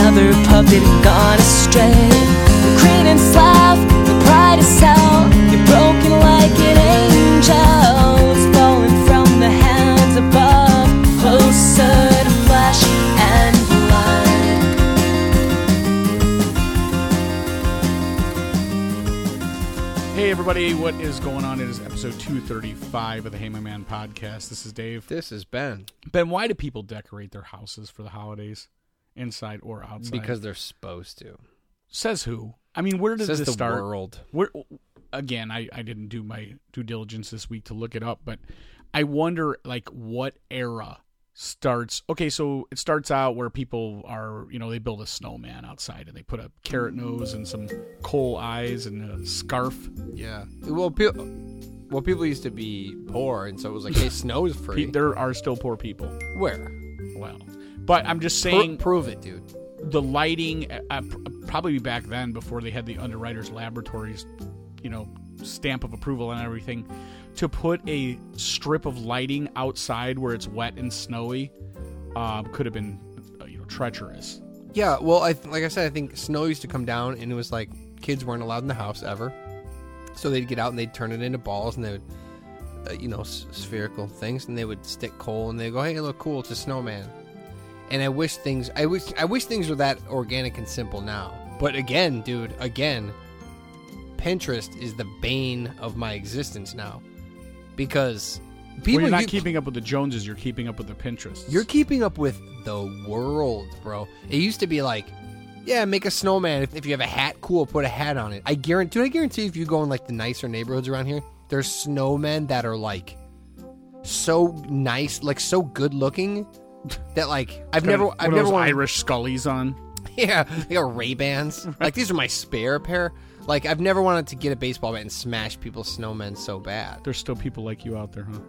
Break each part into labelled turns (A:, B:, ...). A: I've been gone astray. The creed and slough, the pride of self. You're broken like an angel. It's falling from the hands above. Closer to flesh and blood.
B: Hey everybody, what is going on? It is episode 235 of the Hey My Man podcast. This is Dave.
C: This is Ben
B: Ben, why do people decorate their houses for the holidays, inside or outside?
C: because they're supposed to.
B: says who? I mean, where does
C: Says
B: this
C: the
B: start?
C: world.
B: Where again, I I didn't do my due diligence this week to look it up, but I wonder like what era starts okay so it starts out where people are you know they build a snowman outside and they put a carrot nose and some coal eyes and a scarf
C: Yeah. Well, pe- well, people used to be poor, and so it was like, hey, snow is
B: Pe-
C: free.
B: there are still poor people
C: Where?
B: Well, but I'm just
C: Pro-
B: saying
C: prove it, dude.
B: the lighting, uh, uh, pr- probably back then before they had the Underwriters Laboratories, you know, stamp of approval and everything, to put a strip of lighting outside where it's wet and snowy um, could have been, uh, you know, treacherous.
C: Yeah. Well, I th- like I said, I think snow used to come down, and it was like kids weren't allowed in the house ever, so they'd get out and they'd turn it into balls, and they would, uh, you know, s- spherical things, and they would stick coal, and they go, hey, look, cool, it's a snowman. And I wish things, I wish, I wish things were that organic and simple now. But again, dude, again, Pinterest is the bane of my existence now, because people
B: When you're not
C: you-
B: keeping up with the Joneses, you're keeping up with the Pinterest.
C: you're keeping up with the world, bro. It used to be like, yeah, make a snowman. If, if you have a hat, cool, put a hat on it. I guarantee, I guarantee, if you go in like the nicer neighborhoods around here, there's snowmen that are like so nice, like so good looking, that like I've
B: Got
C: never,
B: one
C: I've
B: of
C: never
B: those
C: wanted-
B: Irish Scullies on.
C: yeah, they got Ray Bans. Like these are my spare pair. Like I've never wanted to get a baseball bat and smash people's snowmen so bad.
B: There's still people like you out there, huh?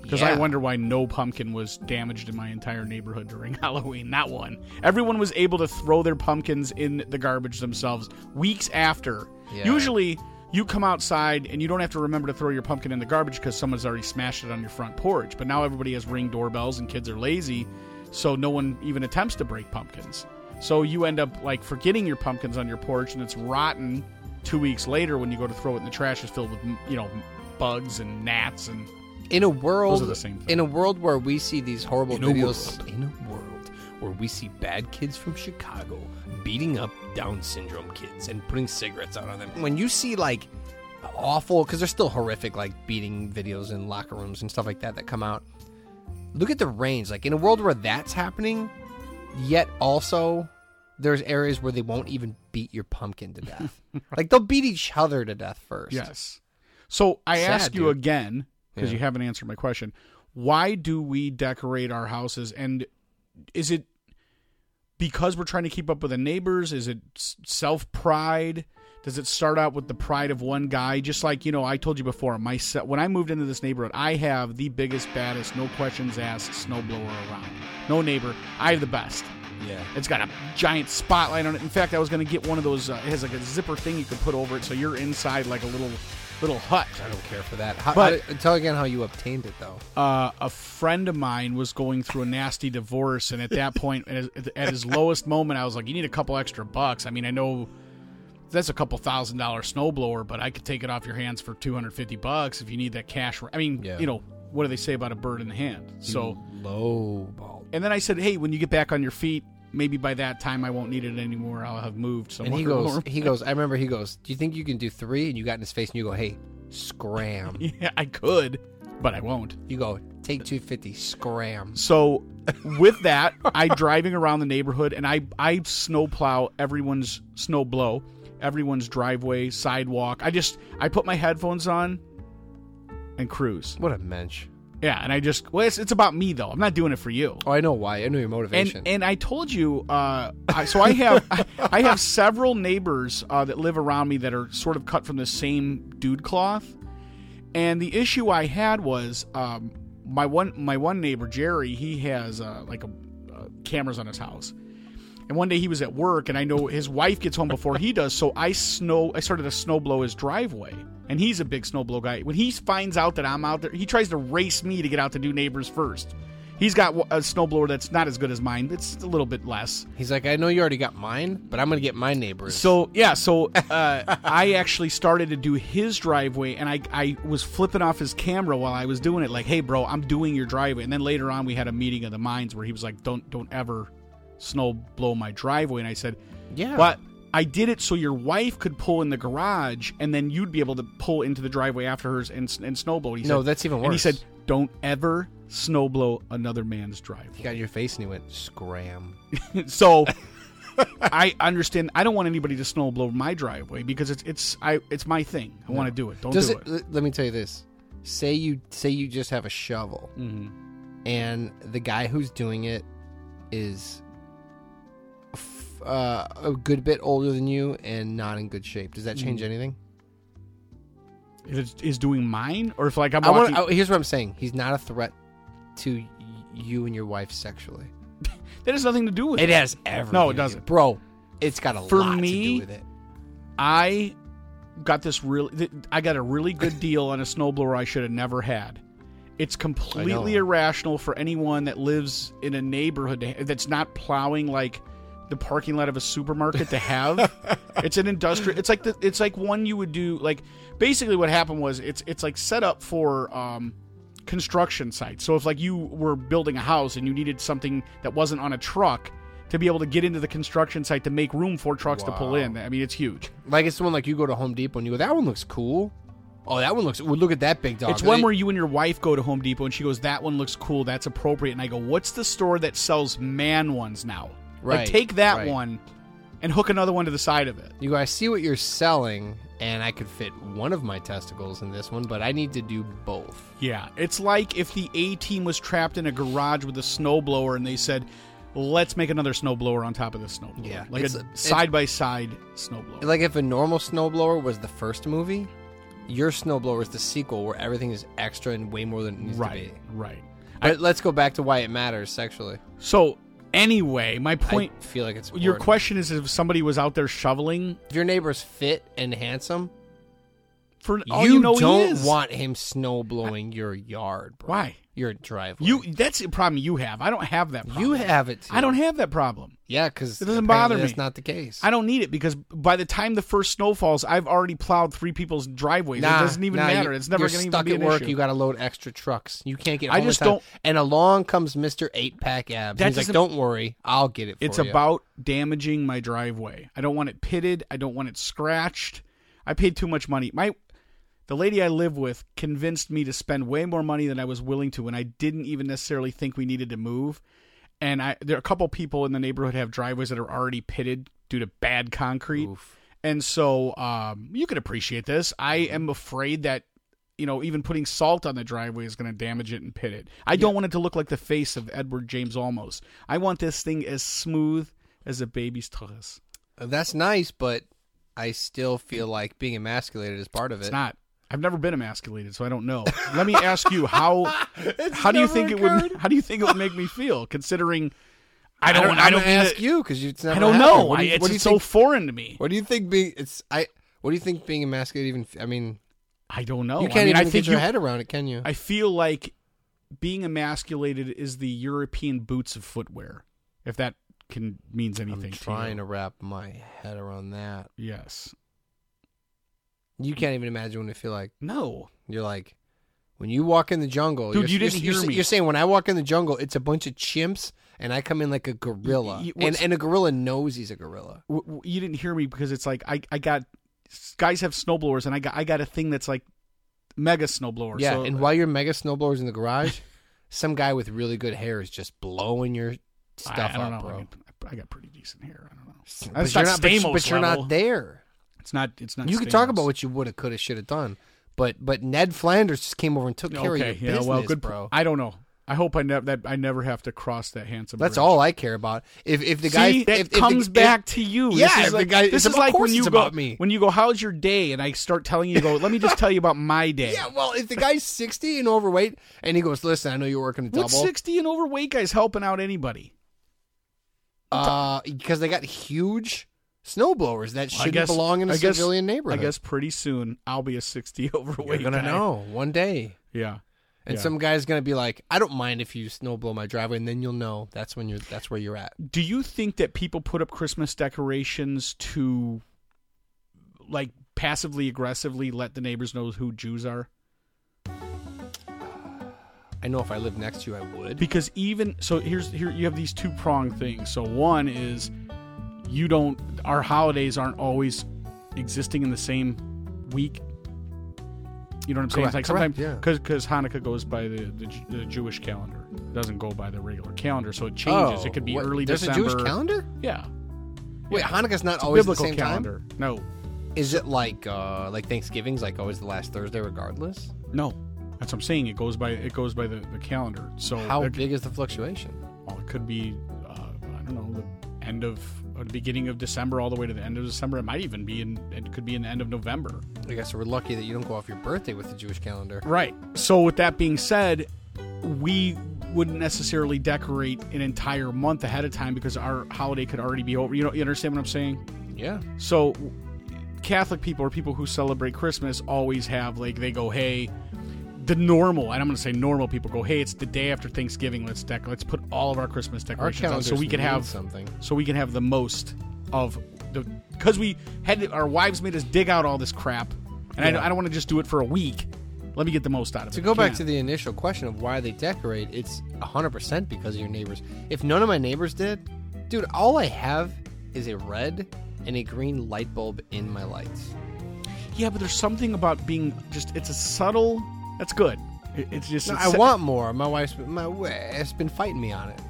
B: Because I
C: Yeah.
B: wonder why no pumpkin was damaged in my entire neighborhood during Halloween. Not one. Everyone was able to throw their pumpkins in the garbage themselves weeks after.
C: Yeah.
B: Usually, you come outside and you don't have to remember to throw your pumpkin in the garbage because someone's already smashed it on your front porch. But now everybody has ring doorbells and kids are lazy, so no one even attempts to break pumpkins. So you end up like forgetting your pumpkins on your porch and it's rotten. Two weeks later, when you go to throw it in the trash, it's filled with you know bugs and gnats and
C: in a world
B: Those are the same thing.
C: in a world where we see these horrible
B: In a
C: videos in a world where we see bad kids from Chicago beating up Down syndrome kids and putting cigarettes out on them. When you see like awful because they're still horrific like beating videos in locker rooms and stuff like that that come out. Look at the range. Like in a world where that's happening, yet also there's areas where they won't even beat your pumpkin to death. like they'll beat each other to death first.
B: Yes. So I
C: Sad,
B: ask you
C: dude.
B: again because
C: Yeah.
B: you haven't answered my question. Why do we decorate our houses? And is it because we're trying to keep up with the neighbors? Is it self pride? Does it start out with the pride of one guy? Just like you know, I told you before. My se- when I moved into this neighborhood, I have the biggest, baddest, no questions asked snowblower around. No neighbor, I have the best.
C: Yeah.
B: It's got a giant spotlight on it. In fact, I was going to get one of those. Uh, it has like a zipper thing you can put over it, so you're inside like a little little hut.
C: I don't care for that. How,
B: But-
C: how- tell again how you obtained it, though.
B: Uh, a friend of mine was going through a nasty divorce, and at that point, at his, at his lowest moment, I was like, "You need a couple extra bucks." I mean, I know that's a couple thousand dollar snowblower, but I could take it off your hands for two hundred fifty bucks if you need that cash. I mean,
C: Yeah. Hmm.
B: you know, what do they say about a bird in the hand? So.
C: Low ball.
B: And then I said, "Hey, when you get back on your feet, maybe by that time I won't need it anymore. I'll have moved somewhere."
C: And he goes,
B: warm."
C: he goes. I remember he goes. Do you think you can do three? And you got in his face, and you go, hey, scram.
B: yeah, I could, but I won't.
C: You go, take two fifty, scram.
B: So, with that, I driving around the neighborhood and I I snowplow everyone's snow blow, everyone's driveway, sidewalk. I just I put my headphones on and cruise.
C: What a mensch.
B: Yeah, and I just well, it's, it's about me though. I'm not doing it for you.
C: Oh, I know why. I know your motivation.
B: And and I told you, uh, I, so I have I, I have several neighbors uh, that live around me that are sort of cut from the same dude cloth. And the issue I had was um, my one my one neighbor Jerry. He has uh, like a, uh, cameras on his house. And one day he was at work, and I know his wife gets home before he does. So I snow, I started to snow blow his driveway, and he's a big snow blow guy. When he finds out that I'm out there, he tries to race me to get out to do neighbors first. He's got w- a snowblower that's not as good as mine. It's a little bit less.
C: He's like, I know you already got mine, but I'm gonna get my neighbor's.
B: So yeah, so uh, I actually started to do his driveway, and I I was flipping off his camera while I was doing it, like, "Hey, bro, I'm doing your driveway." And then later on, we had a meeting of the minds where he was like, "Don't don't ever snow blow my driveway," and I said,
C: yeah,
B: "But." I did it so your wife could pull in the garage, and then you'd be able to pull into the driveway after hers and, s- and snowblow. He
C: no,
B: said,
C: that's even worse.
B: and he said, "Don't ever snowblow another man's driveway."
C: he got in your face and he went, scram.
B: So I understand. I don't want anybody to snowblow my driveway because it's it's I it's my thing. I want to do it. Don't
C: Does
B: do
C: it,
B: it.
C: l- Let me tell you this. Say you say you just have a shovel,
B: Mm-hmm.
C: and the guy who's doing it is f- uh, a good bit older than you and not in good shape. Does that
B: Mm-hmm.
C: change anything?
B: If it's is doing mine or if like I'm
C: I
B: walking.
C: want. Here's what I'm saying. He's not a threat to y- you and your wife sexually.
B: that has nothing to do with it.
C: has everything.
B: No, it
C: to do-
B: doesn't.
C: bro. It's got a
B: For
C: lot to
B: me-
C: do with it.
B: I got this really. th- I got a really good deal on a snowblower I should have never had. It's completely irrational for anyone that lives in a neighborhood to ha- that's not plowing like the parking lot of a supermarket to have. it's an industrial. It's like the. It's like one you would do like. Basically, what happened was it's it's like set up for. Um, construction sites. So if like you were building a house and you needed something that wasn't on a truck to be able to get into the construction site to make room for trucks to pull in. I mean, it's huge.
C: Like it's the one like you go to Home Depot and you go, that one looks cool. Oh, that one looks. Well, look at that big dog.
B: It's one
C: They-
B: where you and your wife go to Home Depot and she goes, "That one looks cool. That's appropriate." And I go, "What's the store that sells man ones now?
C: Right,
B: Like, take that
C: right.
B: one and hook another one to the side of it."
C: You go, I see what you're selling, and I could fit one of my testicles in this one, but I need to do both.
B: Yeah, it's like if the A team was trapped in a garage with a snowblower and they said, "Let's make another snowblower on top of the snowblower."
C: Yeah,
B: like
C: it's-
B: a
C: it's-
B: side by side snowblower.
C: Like if a normal snowblower was the first movie, your snowblower is the sequel where everything is extra and way more than it needs
B: right,
C: to be.
B: right.
C: But let's go back to why it matters sexually.
B: So anyway, my point.
C: I feel like it's
B: your
C: important.
B: question is if somebody was out there shoveling
C: If your neighbor's fit and handsome,
B: for all Oh, you,
C: you,
B: know, he
C: don't
B: is.
C: want him snowblowing your yard, bro.
B: Why?
C: Your driveway.
B: You that's the problem you have. I don't have that problem.
C: you have it. Too.
B: I don't have that problem.
C: Yeah, because
B: It doesn't bother me.
C: That's not the case.
B: I don't need it because by the time the first snow falls, I've already plowed three people's driveways. it doesn't even
C: nah,
B: matter.
C: you-
B: It's never
C: you're
B: going to
C: stuck
B: be
C: at
B: an
C: work.
B: issue.
C: You got to load extra trucks. You can't get.
B: I
C: Home
B: just
C: in time.
B: don't-
C: And along comes Mister Eight Pack Abs.
B: That
C: He's like,
B: doesn't-
C: "Don't worry, I'll get it." For
B: it's
C: ya."
B: about damaging my driveway. I don't want it pitted. I don't want it scratched. I paid too much money. My the lady I live with convinced me to spend way more money than I was willing to, and I didn't even necessarily think we needed to move. And I there are a couple people in the neighborhood have driveways that are already pitted due to bad concrete. And so um, you can appreciate this. I
C: Mm-hmm.
B: am afraid that you know even putting salt on the driveway is going to damage it and pit it. I don't want it to look like the face of Edward James Olmos. I want this thing as smooth as a baby's tuchus.
C: Uh, That's nice, but I still feel like being emasculated is part of it.
B: It's not. I've never been emasculated, so I don't know. Let me ask you how how do you
C: never
B: think it
C: occurred.
B: would how do you think it would make me feel considering I
C: I
B: don't
C: don't,
B: I don't mean
C: ask
B: to-
C: you because it's never.
B: I don't
C: happened.
B: know.
C: What do you,
B: I- it's
C: what do you
B: so
C: think,
B: foreign to me.
C: What do you think being? It's I. What do you think being emasculated even? f- I mean,
B: I don't know.
C: you
B: I
C: can't
B: mean,
C: even
B: I
C: get
B: think
C: your
B: you
C: head around it, can you?
B: I feel like being emasculated is the European boots of footwear, if that can means anything.
C: am
B: to you.
C: trying to wrap my head around that.
B: Yes.
C: You can't even imagine what it feel like.
B: No.
C: You're like, when you walk in the jungle,
B: Dude,
C: you're,
B: you didn't
C: you're,
B: hear
C: you're,
B: me.
C: You're saying when I walk in the jungle, it's a bunch of chimps, and I come in like a gorilla,
B: Y- y-
C: and
B: what's-
C: and a gorilla knows he's a gorilla.
B: W- w- you didn't hear me because it's like I, I got guys have snowblowers and I got I got a thing that's like mega snowblower.
C: yeah,
B: so,
C: and while your mega snowblowers in the garage, some guy with really good hair is just blowing your
B: I-
C: stuff
B: I don't
C: up,
B: know. I,
C: bro.
B: mean, I got pretty decent hair. I don't know.
C: But
B: That's
C: you're,
B: not
C: not, but, you-
B: Stamos
C: but you're
B: level.
C: not there.
B: It's not. It's not.
C: you could talk
B: Stamos.
C: about what you would have, could have, should have done, but but Ned Flanders just came over and took care
B: Okay.
C: of your
B: Yeah.
C: business,
B: well, good.
C: bro.
B: I don't know. I hope I never that I never have to cross that handsome.
C: That's
B: bridge.
C: all I care about. If if the
B: See,
C: guy
B: that
C: if, if the-
B: comes
C: if-
B: back to you.
C: Yeah,
B: this
C: if
B: is
C: the
B: like,
C: guy-
B: this
C: of
B: is like
C: course
B: when you
C: it's
B: go
C: about me.
B: when you go, "How's your day?" and I start telling you, you "Go, let me just tell you about my day."
C: Yeah, well, if the guy's 60 and overweight and he goes, listen, I know you're working a
B: what
C: double.
B: sixty and overweight guys helping out anybody?
C: Uh, because they got huge snowblowers that
B: I
C: shouldn't
B: guess-
C: belong in a
B: I guess-
C: civilian neighborhood.
B: I guess pretty soon I'll be a sixty
C: We're
B: overweight.
C: going to
B: guy.
C: know one day.
B: Yeah,
C: And
B: Yeah.
C: some guy's gonna be like, "I don't mind if you snow blow my driveway," and then you'll know that's when you're that's where you're at.
B: Do you think that people put up Christmas decorations to like passively aggressively let the neighbors know who Jews are?
C: I know if I lived next to you, I would.
B: Because even so here's here you have these two prong things. So one is you don't our holidays aren't always existing in the same week. You know what I'm saying? It's like
C: Correct, correct,
B: sometimes
C: yeah.
B: because Hanukkah goes by the, the Ju- the Jewish calendar. It doesn't go by the regular calendar, so it changes. it could be
C: Oh, what-
B: early
C: There's
B: December.
C: a Jewish calendar.
B: Yeah.
C: Wait, Hanukkah's not
B: It's a
C: always
B: biblical
C: the same
B: calendar. No.
C: time. Is it like uh like Thanksgiving's like always the last Thursday, regardless?
B: No, that's what I'm saying. It goes by it goes by the, the calendar. So
C: How
B: there-
C: big is the fluctuation?
B: well, it could be uh, I don't know the end of or the beginning of December all the way to the end of December. It might even be in it could be in the end of November.
C: I guess we're lucky that you don't go off your birthday with the Jewish calendar.
B: Right. So with that being said, we wouldn't necessarily decorate an entire month ahead of time because our holiday could already be over. You know, you understand what I'm saying?
C: Yeah.
B: So Catholic people or people who celebrate Christmas always have like they go, hey, the normal, and I'm going to say normal people go, hey, it's the day after Thanksgiving. Let's dec- let's put all of our Christmas
C: Our
B: decorations
C: calendar.
B: out so we can have
C: something.
B: so we can have the most of the because we had to- our wives made us dig out all this crap, and I, don't- I don't want to just do it for a week. Let me get the most out of it.
C: To go back
B: Can't.
C: to the initial question of why they decorate, it's 100% because of your neighbors. If none of my neighbors did, dude, all I have is a red and a green light bulb in my lights.
B: yeah, but there's something about being just it's a subtle. That's good. It- It's just
C: No,
B: it's
C: I
B: se-
C: want more. My wife's my wife's been fighting me on it.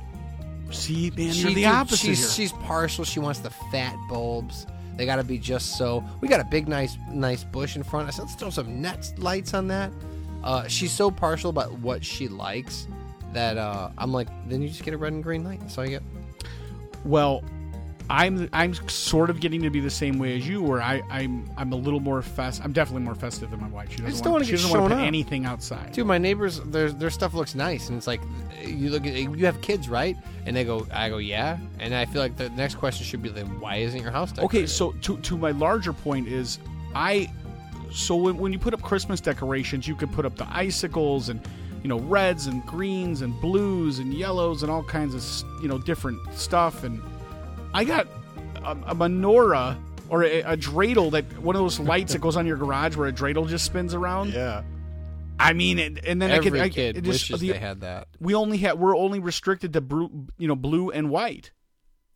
B: see, man,
C: She-
B: you're the
C: dude,
B: opposite.
C: She's,
B: here.
C: she's partial. She wants the fat bulbs. They got to be just so. We got a big, nice, nice bush in front. I said, let's throw some net lights on that. Uh, she's so partial about what she likes that uh, I'm like, then you just get a red and green light. That's all you get.
B: Well, I'm I'm sort of getting to be the same way as you, where I I'm I'm a little more fest. I'm definitely more festive than my wife. She doesn't
C: just don't
B: want
C: wanna
B: she
C: get
B: doesn't want to
C: shown
B: put
C: up.
B: anything outside.
C: Dude, my neighbors, their their stuff looks nice, and it's like, you look at you have kids, right? And they go, I go, yeah, and I feel like the next question should be, then why isn't your house decorated?
B: okay, so to to my larger point is I so when when you put up Christmas decorations, you could put up the icicles and you know reds and greens and blues and yellows and all kinds of s- you know different stuff and I got a, a menorah or a, a dreidel that one of those lights that goes on your garage where a dreidel just spins around.
C: yeah,
B: I mean, it, and then
C: every
B: I could, I,
C: kid
B: it just,
C: wishes
B: the-
C: they had that.
B: We only had we're only restricted to blue, you know, blue and white.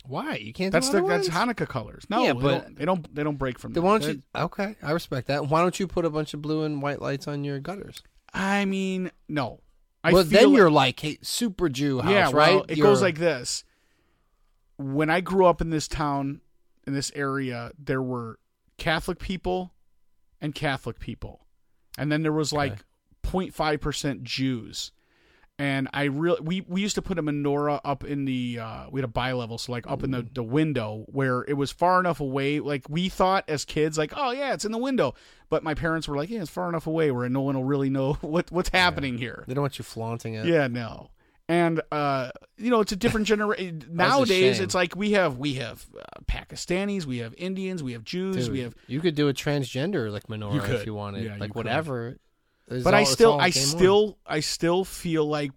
C: Why you can't? do
B: That's the,
C: other
B: that's
C: ones?
B: Hanukkah colors. No,
C: Yeah,
B: they
C: but-
B: don't- they don't they don't break from.
C: Then
B: that.
C: why don't you? Okay, I respect that. Why don't you put a bunch of blue and white lights on your gutters?
B: I mean, no. I
C: well,
B: feel
C: then
B: like-
C: you're like hey, super Jew house,
B: yeah,
C: right?
B: Well, it
C: You're-
B: goes like this. When I grew up in this town, in this area, there were Catholic people and Catholic people. And then there was like 0.5% Jews. And I real we, we used to put a menorah up in the uh, we had a bi-level, so like up in the, the window where it was far enough away. Like we thought as kids, like oh yeah, it's in the window. But my parents were like, yeah, it's far enough away where no one will really know what what's happening here.
C: they don't want you flaunting it.
B: Yeah, no. And uh, you know, it's a different generation. Nowadays,
C: shame.
B: it's like we have we have uh, Pakistanis, we have Indians, we have Jews,
C: Dude,
B: we have.
C: you could do a transgender like menorah
B: could.
C: if you wanted,
B: Yeah, you
C: like
B: could.
C: whatever. It's
B: But
C: all-
B: I
C: it's
B: still,
C: all
B: I
C: game on.
B: still, I still feel like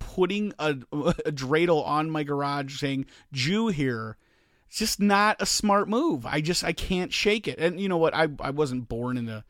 B: putting a, a dreidel on my garage saying Jew here. It's just not a smart move. I just I can't shake it. And you know what? I I wasn't born in the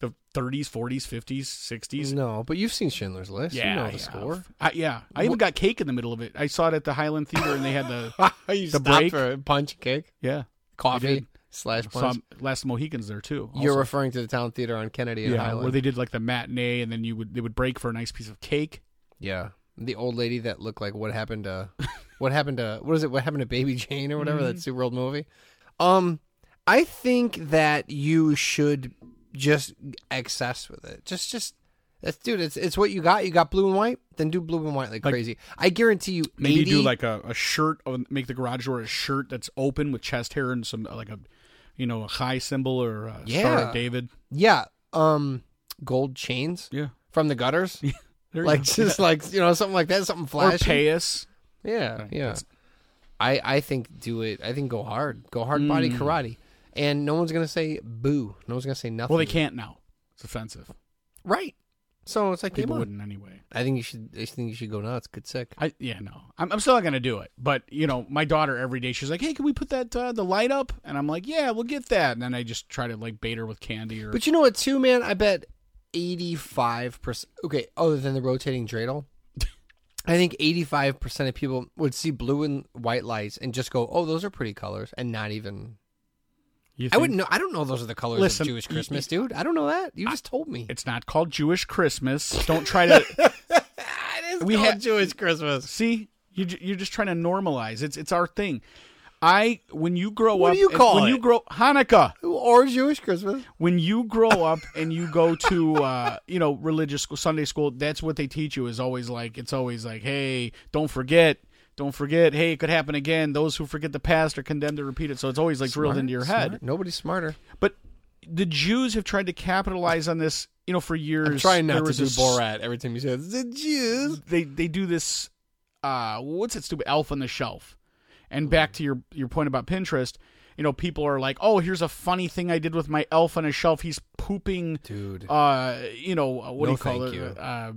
B: the 30s, 40s, 50s, 60s.
C: no, but you've seen Schindler's List. you know the
B: I
C: score.
B: have. I, yeah, I even got cake in the middle of it. I saw it at the Highland Theater, and they had the
C: you
B: The
C: stopped
B: break?
C: for a punch cake,
B: yeah
C: coffee
B: did.
C: slash
B: saw
C: punch.
B: Last Mohicans there too. also.
C: You're referring to the town theater on Kennedy and
B: yeah,
C: Highland.
B: where they did like the matinee, and then you would they would break for a nice piece of cake.
C: Yeah. The old lady that looked like what happened to what happened to what is it? What happened to Baby Jane or whatever
B: Mm-hmm.
C: that super old movie? Um I think that you should just excess with it. Just just that's dude, it's it's what you got. You got blue and white, then do blue and white like,
B: Like-
C: crazy. I guarantee you
B: Maybe
C: 80
B: do like a, a shirt, or make the garage door a shirt that's open with chest hair and some like a, you know, a high symbol or a Star
C: Yeah.
B: of David.
C: Yeah. Um gold chains
B: Yeah,
C: from the gutters.
B: there you
C: like
B: go.
C: just like you know, something like that, something
B: or
C: flashy.
B: payas.
C: Yeah, yeah. I I think do it. I think go hard. Go hard body
B: Mm.
C: karate, and no one's gonna say boo. No one's gonna say nothing.
B: Well, they can't now. It's offensive.
C: Right. So it's like
B: People
C: people would.
B: wouldn't anyway.
C: I think you should. I think you should go nuts. Get sick.
B: I yeah no. I'm, I'm still not gonna do it. But you know, my daughter every day she's like, "Hey, can we put that uh, the light up?" And I'm like, "Yeah, we'll get that." And then I just try to like bait her with candy or.
C: But you know what, too, man? I bet 85%. Okay, other than the rotating dreidel, I think 85% of people would see blue and white lights and just go, oh, those are pretty colors, and not even.
B: You
C: I
B: think-
C: wouldn't know. I don't know those are the colors
B: Listen,
C: of Jewish
B: y-
C: Christmas, dude. I don't know that. You just told me.
B: It's not called Jewish Christmas. Don't try to
C: It is
B: we called had-
C: Jewish Christmas.
B: see. You ju- you're just trying to normalize. It's it's our thing. I when you grow
C: What
B: up,
C: do you
B: and-
C: call
B: when
C: it?
B: you grow Hanukkah.
C: Or Jewish Christmas.
B: when you grow up and you go to uh, you know religious school, Sunday school, that's what they teach you is always like it's always like, hey, don't forget, don't forget. Hey, it could happen again. Those who forget the past are condemned to repeat it. So it's always like drilled into your head.
C: Smart. Nobody's smarter.
B: But the Jews have tried to capitalize on this, you know, for years.
C: I'm trying
B: There
C: not to
B: was
C: do
B: this-
C: Borat every time you say the Jews.
B: They they do this. Uh, what's that stupid elf on the shelf? And back to your your point about Pinterest. You know, people are like, "Oh, here's a funny thing I did with my elf on a shelf. He's pooping
C: Dude.
B: uh, you know, uh, what
C: No,
B: do you call it?
C: thank you.
B: Uh,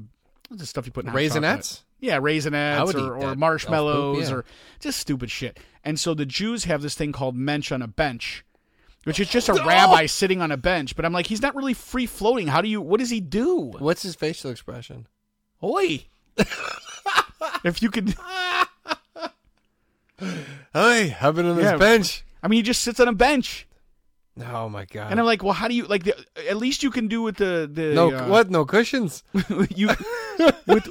B: what's the stuff you put in hot chocolate?
C: Raisinets?
B: Yeah,
C: I would
B: raisinets or,
C: eat that
B: or marshmallows
C: elf poop, yeah.
B: or just stupid shit. And so the Jews have this thing called mensch on a bench, which is just a
C: No!
B: rabbi sitting on a bench. But I'm like, he's not really free floating. How do you? What does he do?
C: What's his facial expression?
B: Oi! if you could,
C: Hey, I've been on this
B: Yeah.
C: bench.
B: I mean, he just sits on a bench,
C: Oh my god!
B: and I'm like, well, how do you like? The, at least you can do with the the
C: no,
B: uh,
C: what? No cushions?
B: you with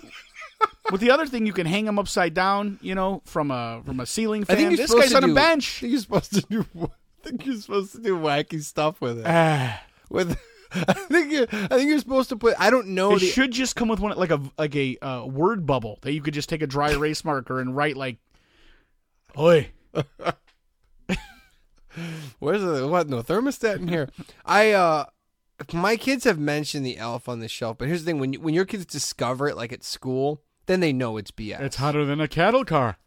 B: with the other thing you can hang him upside down, you know, from a from a ceiling fan. this guy's on a
C: I
B: bench.
C: think you're supposed to do. I think you're supposed to do wacky stuff with it.
B: Ah,
C: With I think you're, I think you're supposed to put. I don't know.
B: it
C: Oh, The,
B: should just come with one like a like a uh, word bubble that you could just take a dry erase marker and write like, "Oi,
C: where's the what? No thermostat in here. I uh, my kids have mentioned the elf on the shelf, but here's the thing: when you, when your kids discover it, like at school, then they know it's BS.
B: it's hotter than a cattle car."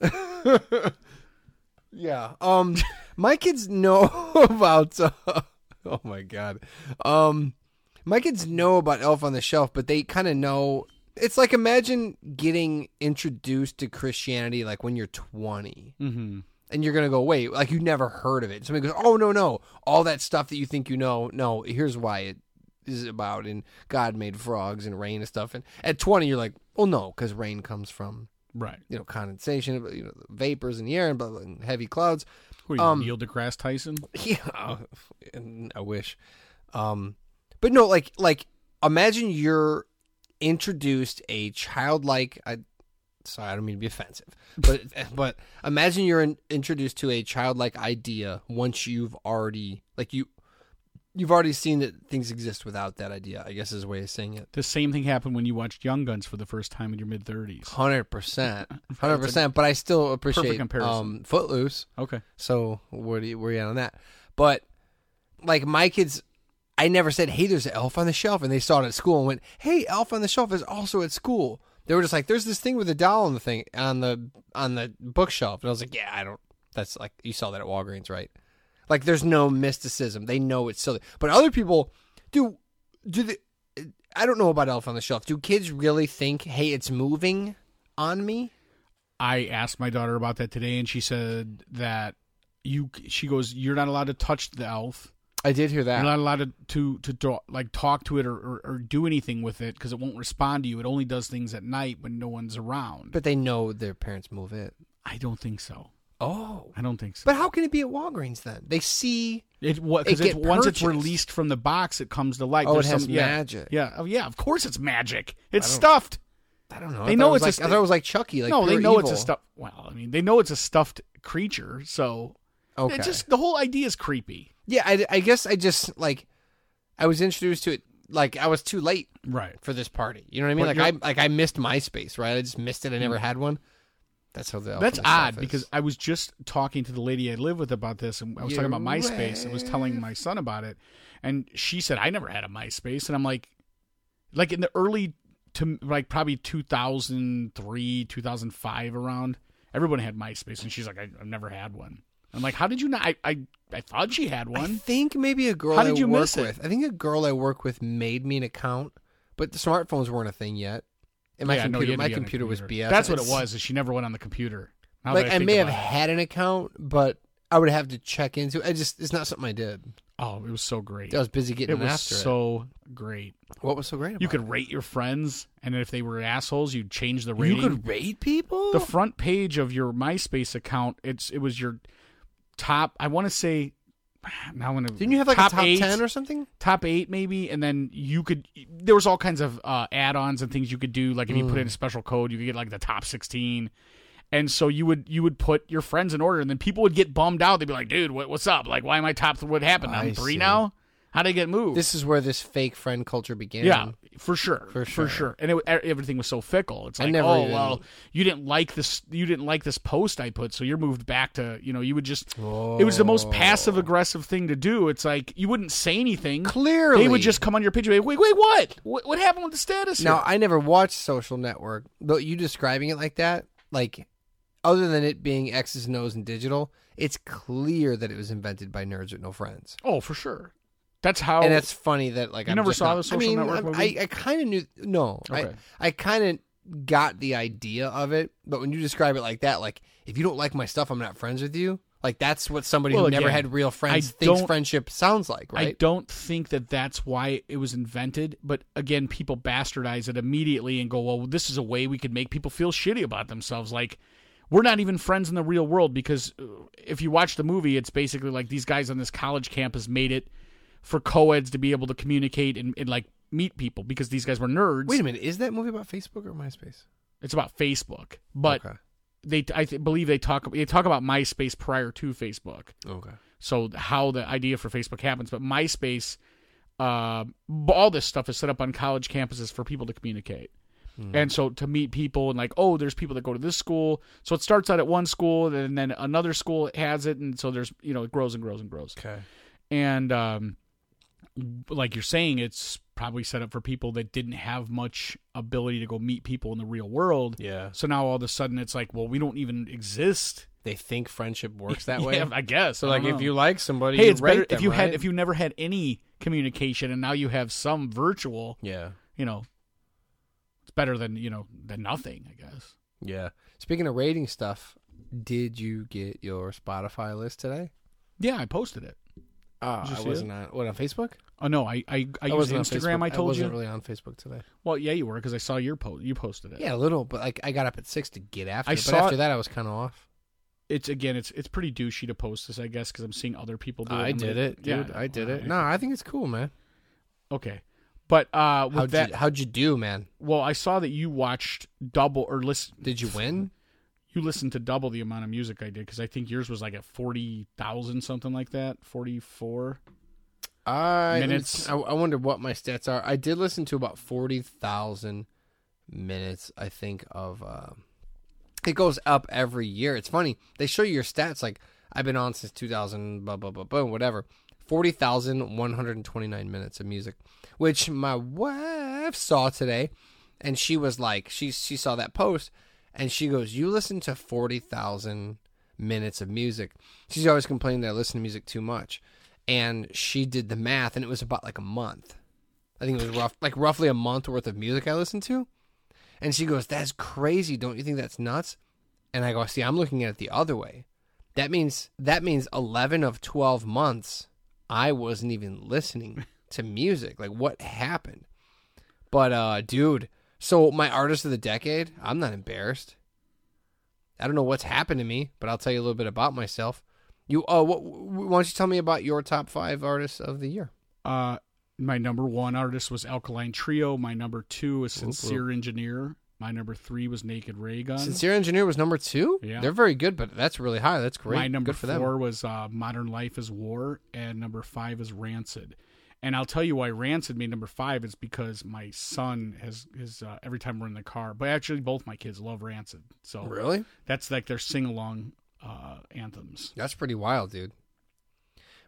C: Yeah. Um, my kids know about. Uh, oh my god. Um, my kids know about Elf on the Shelf, but they kind of know. It's like imagine getting introduced to Christianity like when you're 20,
B: Mm-hmm.
C: and you're gonna go, wait, like you never heard of it. Somebody goes, oh no no, all that stuff that you think you know, no, here's why it is about, and God made frogs and rain and stuff. And at 20, you're like, well no, because rain comes from
B: Right.
C: you know condensation, you know vapors in the air and, blah, blah, and heavy clouds.
B: Who are you,
C: Um,
B: Neil deGrasse Tyson?
C: Yeah, and I wish. Um, but no, like like imagine you're introduced a childlike. I, sorry, I don't mean to be offensive, but but imagine you're in, introduced to a childlike idea once you've already like you you've already seen that things exist without that idea. I guess is a way of saying it.
B: The same thing happened when you watched Young Guns for the first time in your mid thirties.
C: Hundred percent, hundred percent. But I still appreciate
B: comparison.
C: um, Footloose.
B: Okay.
C: So where do you, where you at on that? But like my kids, I never said, "Hey, there's an elf on the shelf," and they saw it at school and went, "Hey, elf on the shelf is also at school." They were just like, "There's this thing with a doll on the thing on the on the bookshelf," and I was like, "Yeah, I don't." That's like you saw that at Walgreens, right? Like, there's no mysticism. They know it's silly, but other people do. Do the I don't know about Elf on the Shelf. Do kids really think, "Hey, it's moving on me"?
B: I asked my daughter about that today, and she said that you. She goes, "You're not allowed to touch the elf."
C: I did hear that.
B: You're not allowed to to, to draw, like talk to it or, or, or do anything with it because it won't respond to you. It only does things at night when no one's around.
C: But they know their parents move it.
B: I don't think so.
C: Oh.
B: I don't think so.
C: But how can it be at Walgreens then? They see.
B: It because
C: It
B: it's,
C: get
B: once it's
C: purchased.
B: released from the box, it comes to life.
C: Oh,
B: There's
C: it has
B: some- yeah.
C: magic.
B: Yeah, oh yeah. Of course, it's magic. It's stuffed.
C: I don't know. I
B: They
C: thought
B: know
C: it was
B: it's a
C: like, I
B: st-
C: thought it was like Chucky. Like
B: no, they
C: pure
B: know it's a
C: evil.
B: stuffed. Well, I mean, they know it's a stuffed creature. So
C: Okay.
B: it just the whole idea is creepy.
C: yeah, I, I guess I just like I was introduced to it. Like I was too late
B: Right.
C: for this party. You know what I mean?
B: But Hmm.
C: like I like I missed MySpace. Right? I just missed it. I never had one. That's how the
B: That's
C: alphabet
B: odd
C: stuff is.
B: because I was just talking to the lady I live with about this, and I was talking
C: You're
B: about MySpace. I was telling my son about it, and she said I never had a MySpace, and I'm like, like in the early to like probably 2003, 2005 around, everyone had MySpace, and she's like, I, I've never had one. I'm like, how did you not? I I, I thought she had
C: I
B: one.
C: think maybe a girl
B: How did
C: I
B: you
C: work
B: miss it?
C: with. I think a girl I work with made me an account, But the smartphones weren't a thing yet. And my
B: Yeah, no,
C: computer,
B: you had to
C: my
B: be on the
C: computer was BS.
B: That's what it
C: It's-
B: was. Is she never went on the computer? Now
C: Like
B: that
C: I,
B: think
C: may have
B: about it.
C: had an account, but I would have to check into. I just it's not something I did.
B: Oh, it was so great.
C: I was busy getting
B: it was
C: after it.
B: so great.
C: What was so great? About
B: You could rate your friends, and if they were assholes, you'd change the
C: it?
B: rating.
C: you could rate people.
B: the front page of your MySpace account. It's it was your top. I want to say now. I'm gonna
C: Didn't you have like
B: top
C: a top
B: eight,
C: ten or something?
B: top eight maybe, and then you could. There was all kinds of uh, add-ons and things you could do. Like if you put in a
C: Mm.
B: special code, you could get like the top sixteen. And so you would you would put your friends in order, and then people would get bummed out. They'd be like, "Dude, what, what's up? Like, why am I top? th- What happened? I'm
C: I
B: three
C: see.
B: now. How did I get moved?"
C: This is where this fake friend culture began.
B: Yeah, for sure, for
C: For
B: sure,
C: sure.
B: And it, e- everything was so fickle. It's
C: I
B: like,
C: never
B: oh
C: even-
B: well, you didn't like this. You didn't like this post I put, so you're moved back to you know. You would just. It was the most passive aggressive thing to do. It's like you wouldn't say anything.
C: Clearly,
B: they would just come on your page. and be like, Wait, wait, what? What, what happened with the status?
C: Now
B: here?"
C: I never watched Social Network, though you describing it like that, like other than it being X's and O's and digital, it's clear that it was invented by nerds with no friends.
B: oh, for sure. That's how.
C: and that's funny that like
B: Oh. You
C: I'm
B: never
C: just
B: saw
C: not-
B: the Social
C: I mean,
B: Network
C: I'm-
B: movie?
C: I, I kind of knew. No,
B: Okay.
C: I, I kind of got the idea of it, but when you describe it like that, like if you don't like my stuff, I'm not friends with you. Like that's what somebody
B: Well,
C: who never
B: again,
C: had real friends
B: I
C: thinks
B: don't-
C: friendship sounds like,
B: I
C: right?
B: don't think that that's why it was invented, but again, people bastardize it immediately and go, "Well, this is a way we could make people feel shitty about themselves." Like we're not even friends in the real world because uh, if you watch the movie, it's basically like these guys on this college campus made it for co-eds to be able to communicate and, and like meet people because these guys were nerds.
C: Wait a minute, is that movie about Facebook or MySpace?
B: It's about Facebook, but
C: okay,
B: they I th- believe they talk they talk about MySpace prior to Facebook
C: okay.
B: so how the idea for Facebook happens. But MySpace, uh, b- all this stuff is set up on college campuses for people to communicate.
C: Hmm.
B: And so to meet people and like, oh, there's people that go to this school. So it starts out at one school, and then another school has it, and so there's you know it grows and grows and grows.
C: Okay.
B: And um, like you're saying, it's probably set up for people that didn't have much ability to go meet people in the real world.
C: Yeah.
B: So now all of a sudden it's like, well, we don't even exist
C: They think friendship works that way.
B: Yeah, I guess.
C: so
B: I
C: like
B: don't
C: if
B: know
C: you like somebody,
B: hey,
C: you
B: it's better
C: rate
B: if
C: them,
B: you had
C: right?
B: if you never had any communication and now you have some virtual.
C: yeah.
B: You know, it's better than you know than nothing, I guess.
C: Yeah. Speaking of rating stuff, did you get your Spotify list today?
B: Yeah, I posted it.
C: Uh,
B: Did you
C: I
B: see
C: wasn't on what on Facebook.
B: Oh no, I I, I,
C: I
B: used
C: wasn't on
B: Instagram.
C: Facebook.
B: I
C: I
B: told you.
C: wasn't really on Facebook today.
B: Well, yeah, you were because I saw your post. You posted it.
C: Yeah, a little, but like I got up at six to get after.
B: I
C: it,
B: saw
C: but after
B: it-
C: that, I was kind of off.
B: it's again, it's it's pretty douchey to post this, I guess, because I'm seeing other people do it.
C: I
B: I'm
C: did
B: like,
C: it, dude.
B: yeah,
C: I did it.
B: alright.
C: No, I think it's cool, man.
B: Okay, but uh, with
C: How'd
B: that,
C: you How'd you do, man?
B: well, I saw that you watched double or listen.
C: Did you win?
B: you listened to double the amount of music I did because I think yours was like at forty thousand something like that, forty four.
C: I
B: Minutes.
C: I, I wonder what my stats are. I did listen to about forty thousand minutes. I think of. Uh, it goes up every year. It's funny they show you your stats. Like I've been on since two thousand. Blah blah blah blah. Whatever. Forty thousand one hundred twenty nine minutes of music, which my wife saw today, and she was like, she she saw that post, and she goes, "You listen to forty thousand minutes of music." She's always complaining that I listen to music too much, and she did the math, and it was about like a month. I think it was rough, like roughly a month worth of music I listened to. And she goes, That's crazy. Don't you think that's nuts? And I go, See, I'm looking at it the other way. That means that means eleven of twelve months I wasn't even listening to music. Like what happened? But uh dude, so my artist of the decade, I'm not embarrassed. I don't know what's happened to me, but I'll tell you a little bit about myself. You oh, what, why don't you tell me about your top five artists of the year?
B: Uh, my number one artist was Alkaline Trio. My number two is
C: Whoop, whoop.
B: Sincere Engineer. My number three was Naked Ray Gun.
C: Sincere Engineer was number two.
B: Uh, Yeah.
C: they're very good, but that's really high. That's great.
B: My number
C: good for
B: four
C: them.
B: was uh, Modern Life is War, and number five is Rancid. And I'll tell you why Rancid made number five is because my son has is uh, every time we're in the car. But actually, both my kids love Rancid, so
C: Really,
B: that's like their sing along uh, anthems.
C: that's pretty wild, dude.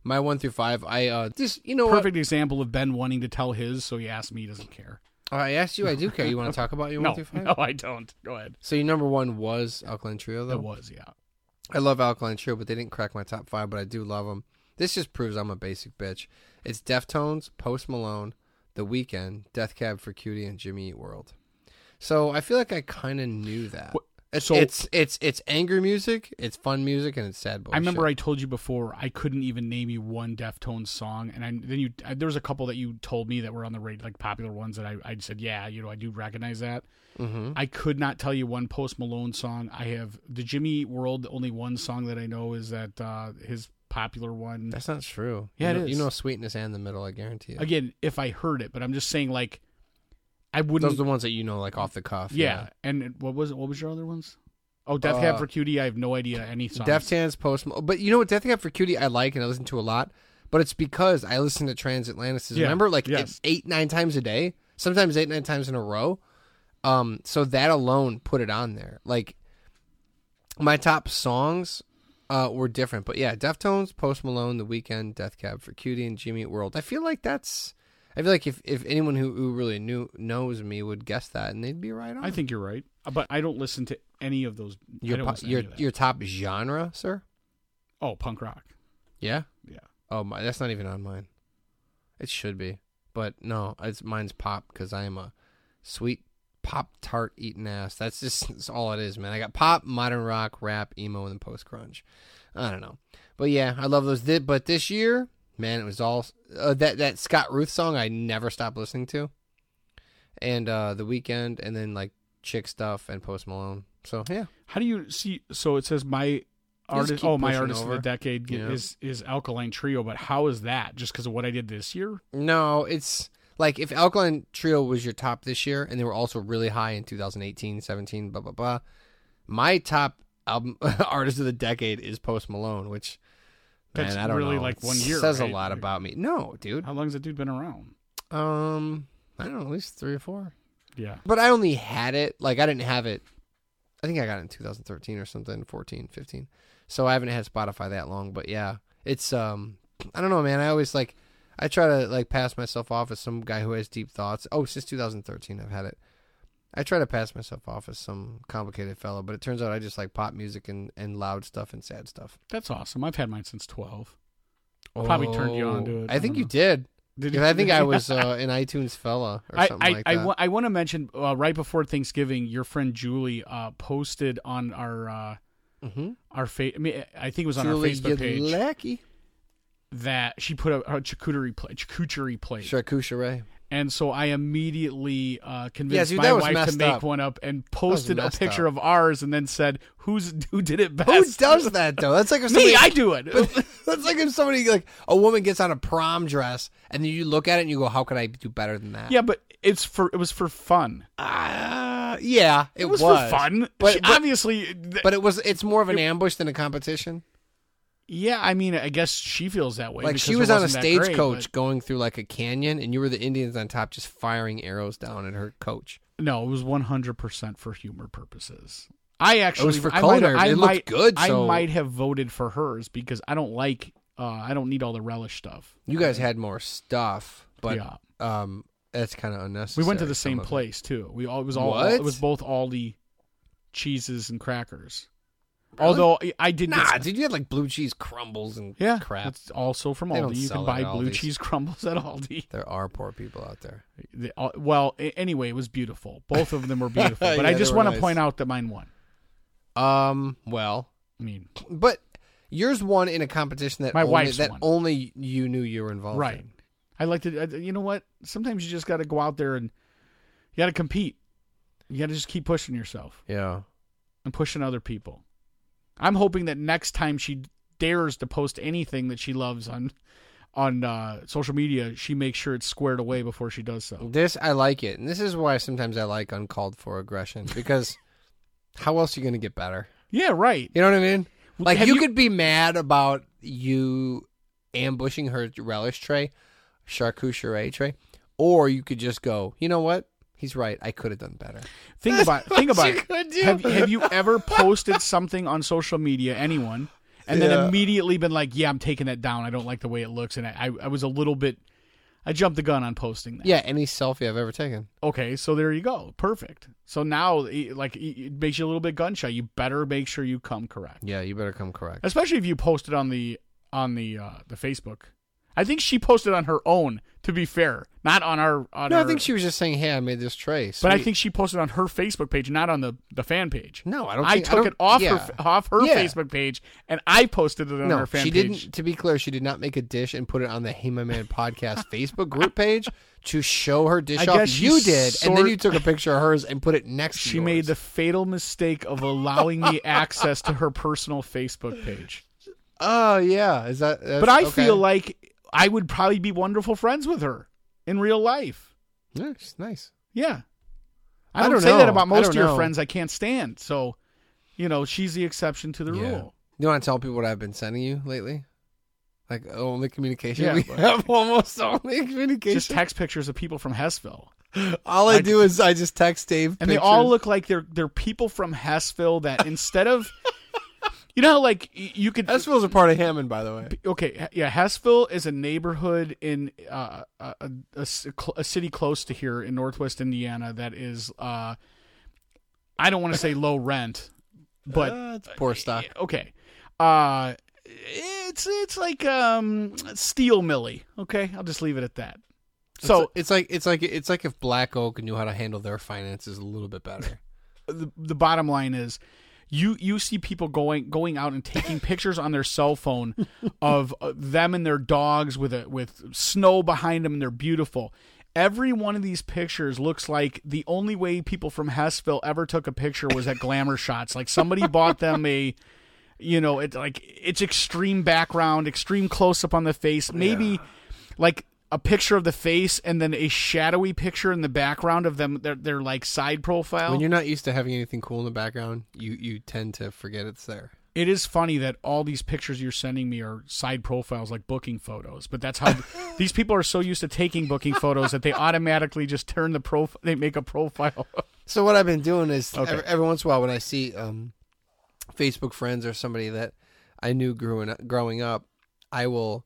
C: My one through five, I uh, just you know what?
B: Perfect example of Ben wanting to tell his, so he asked me. He doesn't care.
C: I asked you, I do care. You want to talk about your
B: No,
C: one through five?
B: no, I don't. Go ahead.
C: So your number one was Alkaline Trio, though.
B: That was yeah.
C: I love Alkaline Trio, but they didn't crack my top five, but I do love them. This just proves I'm a basic bitch. It's Deftones, Post Malone, The Weekend, Death Cab for Cutie, and Jimmy Eat World. So I feel like I kind of knew that.
B: What-
C: It's,
B: so-
C: it's it's it's angry music, it's fun music, and it's sad bullshit.
B: I remember I told you before I couldn't even name you one Deftones song, and I, then you I, there was a couple that you told me that were on the radio, like popular ones that I I said yeah, you know I do recognize that. Mm-hmm. I could not tell you one Post Malone song. I have the Jimmy Eat World. the Only one song that I know is that uh, his popular one.
C: that's not true.
B: Yeah,
C: you
B: it
C: know, you
B: is.
C: know Sweetness and the Middle. I guarantee you.
B: Again, if I heard it, but I'm just saying like I
C: Those are
B: wouldn't.
C: the ones that you know, like off the cuff.
B: yeah. and what was what was your other ones? Oh, Death Cab
C: Uh,
B: for Cutie. I have no idea any songs.
C: Deftones, Post, Mal- but you know what? Death Cab for Cutie, I like and I listen to a lot, but it's because I listen to Transatlanticism.
B: Yeah,
C: Remember, like
B: yes.
C: eight, eight, nine times a day, sometimes eight, nine times in a row. Um, so that alone put it on there. Like my top songs uh, were different, but yeah, Deftones, Post Malone, The Weeknd, Death Cab for Cutie, and Jimmy Eat World. I feel like that's. I feel like if, if anyone who, who really knew knows me would guess that, and they'd be right on.
B: I think you're right, but I don't listen to any of those. I
C: your
B: don't
C: po-
B: listen to
C: your
B: any of that.
C: your top genre, sir.
B: oh punk rock.
C: Yeah.
B: Yeah.
C: Oh my, that's not even on mine. It should be, but no, it's mine's pop because I am a sweet pop tart eating ass. That's just that's all it is, man. I got pop, modern rock, rap, emo, and post grunge. I don't know, but yeah, I love those. Thi- But this year, man, it was all uh, that that Scott Ruth song I never stopped listening to, and uh the weekend, and then like chick stuff and Post Malone. So yeah,
B: How do you see? So it says my artist.
C: keep
B: Oh, my
C: pushing
B: artist of
C: over.
B: the decade
C: Yeah.
B: is is Alkaline Trio. But how is that? Just because of what I did this year?
C: No, it's like if Alkaline Trio was your top this year and they were also really high in 2018, 17, blah, blah, blah. My top album artist of the decade is Post Malone, which, man,
B: That's
C: I don't
B: really
C: know.
B: like
C: It
B: one year,
C: says
B: right?
C: a lot
B: Like-
C: about me. No, dude.
B: How long's that dude been around?
C: Um, I don't know, at least three or four.
B: Yeah.
C: But I only had it, like, I didn't have it. I think I got it in 2013 or something, 14, 15. So I haven't had Spotify that long, but yeah, it's um, I don't know, man. I always like, I try to like pass myself off as some guy who has deep thoughts. Oh, since 2013, I've had it. I try to pass myself off as some complicated fellow, but it turns out I just like pop music and, and loud stuff and sad stuff.
B: That's awesome. I've had mine since twelve. Probably turned you on to it.
C: I
B: I
C: think
B: don't
C: you
B: know.
C: did.
B: Oh. Did
C: 'Cause I think I was uh, an iTunes fella or
B: I,
C: something
B: I,
C: like
B: I,
C: that.
B: wa- I want to mention uh, right before Thanksgiving, your friend Julie uh, posted on our uh,
C: Mhm.
B: our fa- I mean, I think it was on
C: Julie,
B: our Facebook page
C: you lucky.
B: that she put a, a charcuterie pla- charcuterie plate.
C: Charcuterie.
B: And so I immediately uh, convinced
C: dude,
B: my
C: that was
B: wife to
C: messed
B: make
C: up.
B: one up and posted a
C: messed
B: picture
C: up.
B: of ours and then said, "Who's who did it best?"
C: Who does that though? That's like if somebody,
B: Me, I do it.
C: that's like if somebody like a woman gets on a prom dress and then you look at it and you go, "How could I do better than that?"
B: yeah, but it's for it was for fun.
C: Ah, yeah, it,
B: It was, for fun.
C: but
B: She-
C: but,
B: obviously, th-
C: but it was it's more of an ambush than a competition.
B: yeah. I mean, I guess she feels that way.
C: Like she
B: because
C: was
B: it
C: on a
B: wasn't that great,
C: stagecoach going through like a canyon, and you were the Indians on top, just firing arrows down at her coach.
B: but No, it was one hundred percent for humor purposes. I actually
C: for
B: I might,
C: culinary,
B: I
C: but it looked
B: might,
C: good,
B: I
C: so-
B: might have voted for hers because I don't like. Uh, I don't need all the relish stuff.
C: You guys had more stuff, but
B: Yeah.
C: um, that's kind of unnecessary.
B: We went to the
C: some
B: same
C: of it.
B: place too. We all it was all
C: What?
B: it was both Aldi cheeses and crackers. Although I- I did
C: Nah,
B: not
C: dude, you had like blue cheese crumbles and
B: yeah,
C: crap.
B: It's also from
C: They don't
B: Aldi. You
C: sell
B: can
C: it
B: buy
C: at
B: blue
C: Aldi's.
B: cheese crumbles at Aldi.
C: There are poor people out there.
B: The- uh, well, a- anyway, it was beautiful. Both of them were beautiful. But
C: Yeah,
B: I
C: they
B: just
C: were
B: want
C: nice.
B: to point out that mine won.
C: Um, well,
B: I mean,
C: but yours won in a competition that
B: My
C: only,
B: wife's
C: that
B: won.
C: only you knew you were involved
B: right.
C: in.
B: I like to. I- You know what? Sometimes you just got to go out there and you got to compete. You got to just keep pushing yourself.
C: Yeah.
B: and pushing other people. I'm hoping that next time she dares to post anything that she loves on on uh, social media, she makes sure it's squared away before she does so.
C: This I like it, and this is why sometimes I like uncalled for aggression because how else are you going to get better?
B: Yeah, right.
C: You know what I mean? Like
B: Have
C: you,
B: you-
C: could be mad about you ambushing her relish tray, charcuterie tray, or you could just go, you know what? He's right. I could have done better.
B: Think about think about
C: you could do.
B: it. Have, have you ever posted something on social media, anyone, and then
C: Yeah.
B: immediately been like, "Yeah, I'm taking that down. I don't like the way it looks," and I, I, I was a little bit, I jumped the gun on posting that.
C: Yeah, any selfie I've ever taken.
B: Okay, so there you go. Perfect. So now, e- like, e- it makes you a little bit gun shy. You better make sure you come correct.
C: Yeah, you better come correct.
B: especially if you post it on the on the uh, the Facebook. I think she posted on her own. To be fair, not on our. On
C: No, I
B: our-
C: think she was just saying, "Hey, I made this trace."
B: But I think she posted on her Facebook page, not on the, the fan page.
C: No, I don't
B: I
C: think- I
B: took
C: don't-
B: it off
C: yeah.
B: her off her
C: Yeah.
B: Facebook page, and I posted it on
C: no,
B: her fan
C: she
B: page.
C: didn't. To be clear, she did not make a dish and put it on the Hey My Man podcast Facebook group page to show her dish
B: I
C: off.
B: guess she
C: You did, and then
B: sort-
C: you took a picture of hers and put it next. to
B: She made the
C: yours.
B: fatal mistake of allowing me access to her personal Facebook page.
C: Oh yeah, is that? That's,
B: But I
C: okay.
B: feel like I would probably be wonderful friends with her in real life.
C: nice, nice.
B: Yeah. I
C: I
B: don't,
C: don't
B: say that
C: know.
B: about
C: I
B: most
C: don't
B: of your
C: know.
B: friends I can't stand. So, you know, she's the exception to the
C: Yeah.
B: rule.
C: You want to tell people what I've been sending you lately? Like only communication
B: Yeah,
C: we
B: but-
C: have, almost only communication.
B: Just text pictures of people from Hessville.
C: all I, do is I just text Dave,
B: and they all look like they're they're people from Hessville that instead of you know how, like y- you could
C: Hessville's a part of Hammond, by the way.
B: okay h- yeah Hessville is a neighborhood in uh, a, a- a s- cl- a city close to here in northwest Indiana that is uh I don't want to say low rent but
C: Uh, it's poor stock.
B: okay uh it's it's like um steel millie okay I'll just leave it at that so
C: Oh, it's, it's like it's like it's like if Black Oak knew how to handle their finances a little bit better.
B: the, the bottom line is you you see people going going out and taking pictures on their cell phone of uh, them and their dogs with a with snow behind them and they're beautiful every one of these pictures looks like the only way people from Hessville ever took a picture was at glamour shots like somebody bought them a you know it like it's extreme background extreme close up on the face maybe like a picture of the face and then a shadowy picture in the background of them their their like side profile
C: When you're not used to having anything cool in the background, you you tend to forget it's there.
B: it is funny that all these pictures you're sending me are side profiles like booking photos but that's how these people are so used to taking booking photos that they automatically just turn the prof they make a profile
C: So what I've been doing is
B: Okay.
C: every, every once in a while when I see um, Facebook friends or somebody that I knew growing up, growing up, I will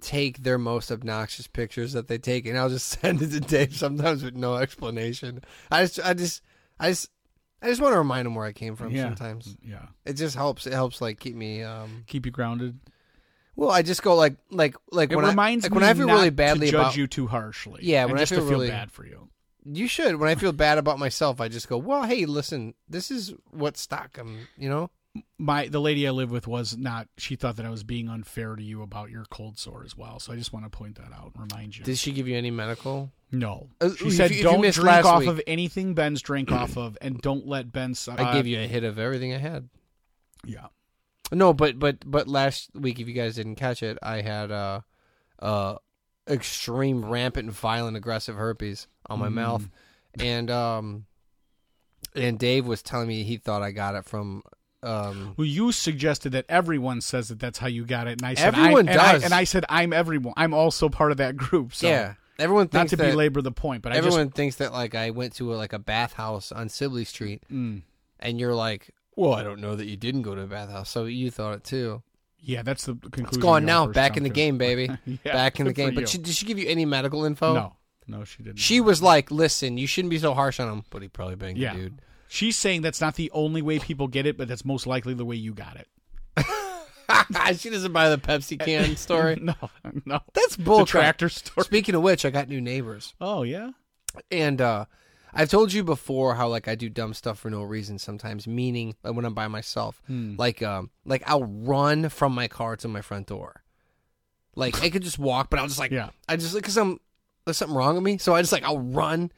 C: take their most obnoxious pictures that they take and I'll just send it to Dave sometimes with no explanation. I just I just I just I just want to remind them where I came from
B: Yeah.
C: sometimes.
B: yeah
C: It just helps. It helps like keep me um
B: keep you grounded
C: Well, I just go like like like
B: it
C: when
B: reminds
C: I, like
B: me
C: when I feel
B: not
C: really badly
B: to judge
C: about
B: you too harshly
C: Yeah,
B: and
C: when I
B: just to
C: feel
B: feel
C: really-
B: bad for you
C: You should. When I feel bad about myself, I just go, "Well, hey, listen, this is what stock I'm." You know,
B: my the lady i live with was not she thought that i was being unfair to you about your cold sore as well so i just want to point that out and remind you
C: did she give you any medical?
B: no
C: Uh,
B: she
C: if
B: said
C: you- if you
B: don't
C: missed
B: drink
C: last
B: off
C: week-
B: of anything ben's drink off of and don't let ben uh,
C: I gave you a hit of everything I had.
B: yeah
C: No, but but but last week, if you guys didn't catch it, I had uh uh extreme, rampant, violent, aggressive herpes on
B: Mm.
C: my mouth, and um and Dave was telling me he thought I got it from um
B: Well, you suggested that everyone says that that's how you got it, and I said
C: Everyone
B: I, and I-
C: does.
B: and I said I'm everyone. I'm also part of that group. So
C: yeah. Everyone
B: not
C: thinks
B: to
C: that,
B: belabor the point, but I just
C: everyone thinks that like I went to a, like a bathhouse on Sibley Street,
B: Mm.
C: and you're like, well, I don't know that you didn't go to a bathhouse, so you thought it too.
B: yeah, that's the conclusion.
C: It's gone
B: we
C: now,
B: all first
C: back
B: come
C: in the
B: to.
C: game, baby,
B: Yeah,
C: back in the
B: good for
C: game.
B: you.
C: But she, did she give you any medical info?
B: No, no, she didn't.
C: She was like, listen, you shouldn't be so harsh on him, but he probably banged
B: yeah,
C: the dude.
B: she's saying that's not the only way people get it, but that's most likely the way you got it.
C: she doesn't buy the Pepsi can story.
B: No, no,
C: That's
B: the
C: bull crap.
B: tractor store.
C: Speaking of which, I got new neighbors.
B: Oh yeah,
C: And uh I've told you before how like I do dumb stuff for no reason sometimes, meaning like when I'm by myself.
B: Hmm.
C: Like um like I'll run from my car to my front door. Like I could just walk, but I'll just like
B: Yeah.
C: I just like cause I'm there's something wrong with me. So I just like I'll run.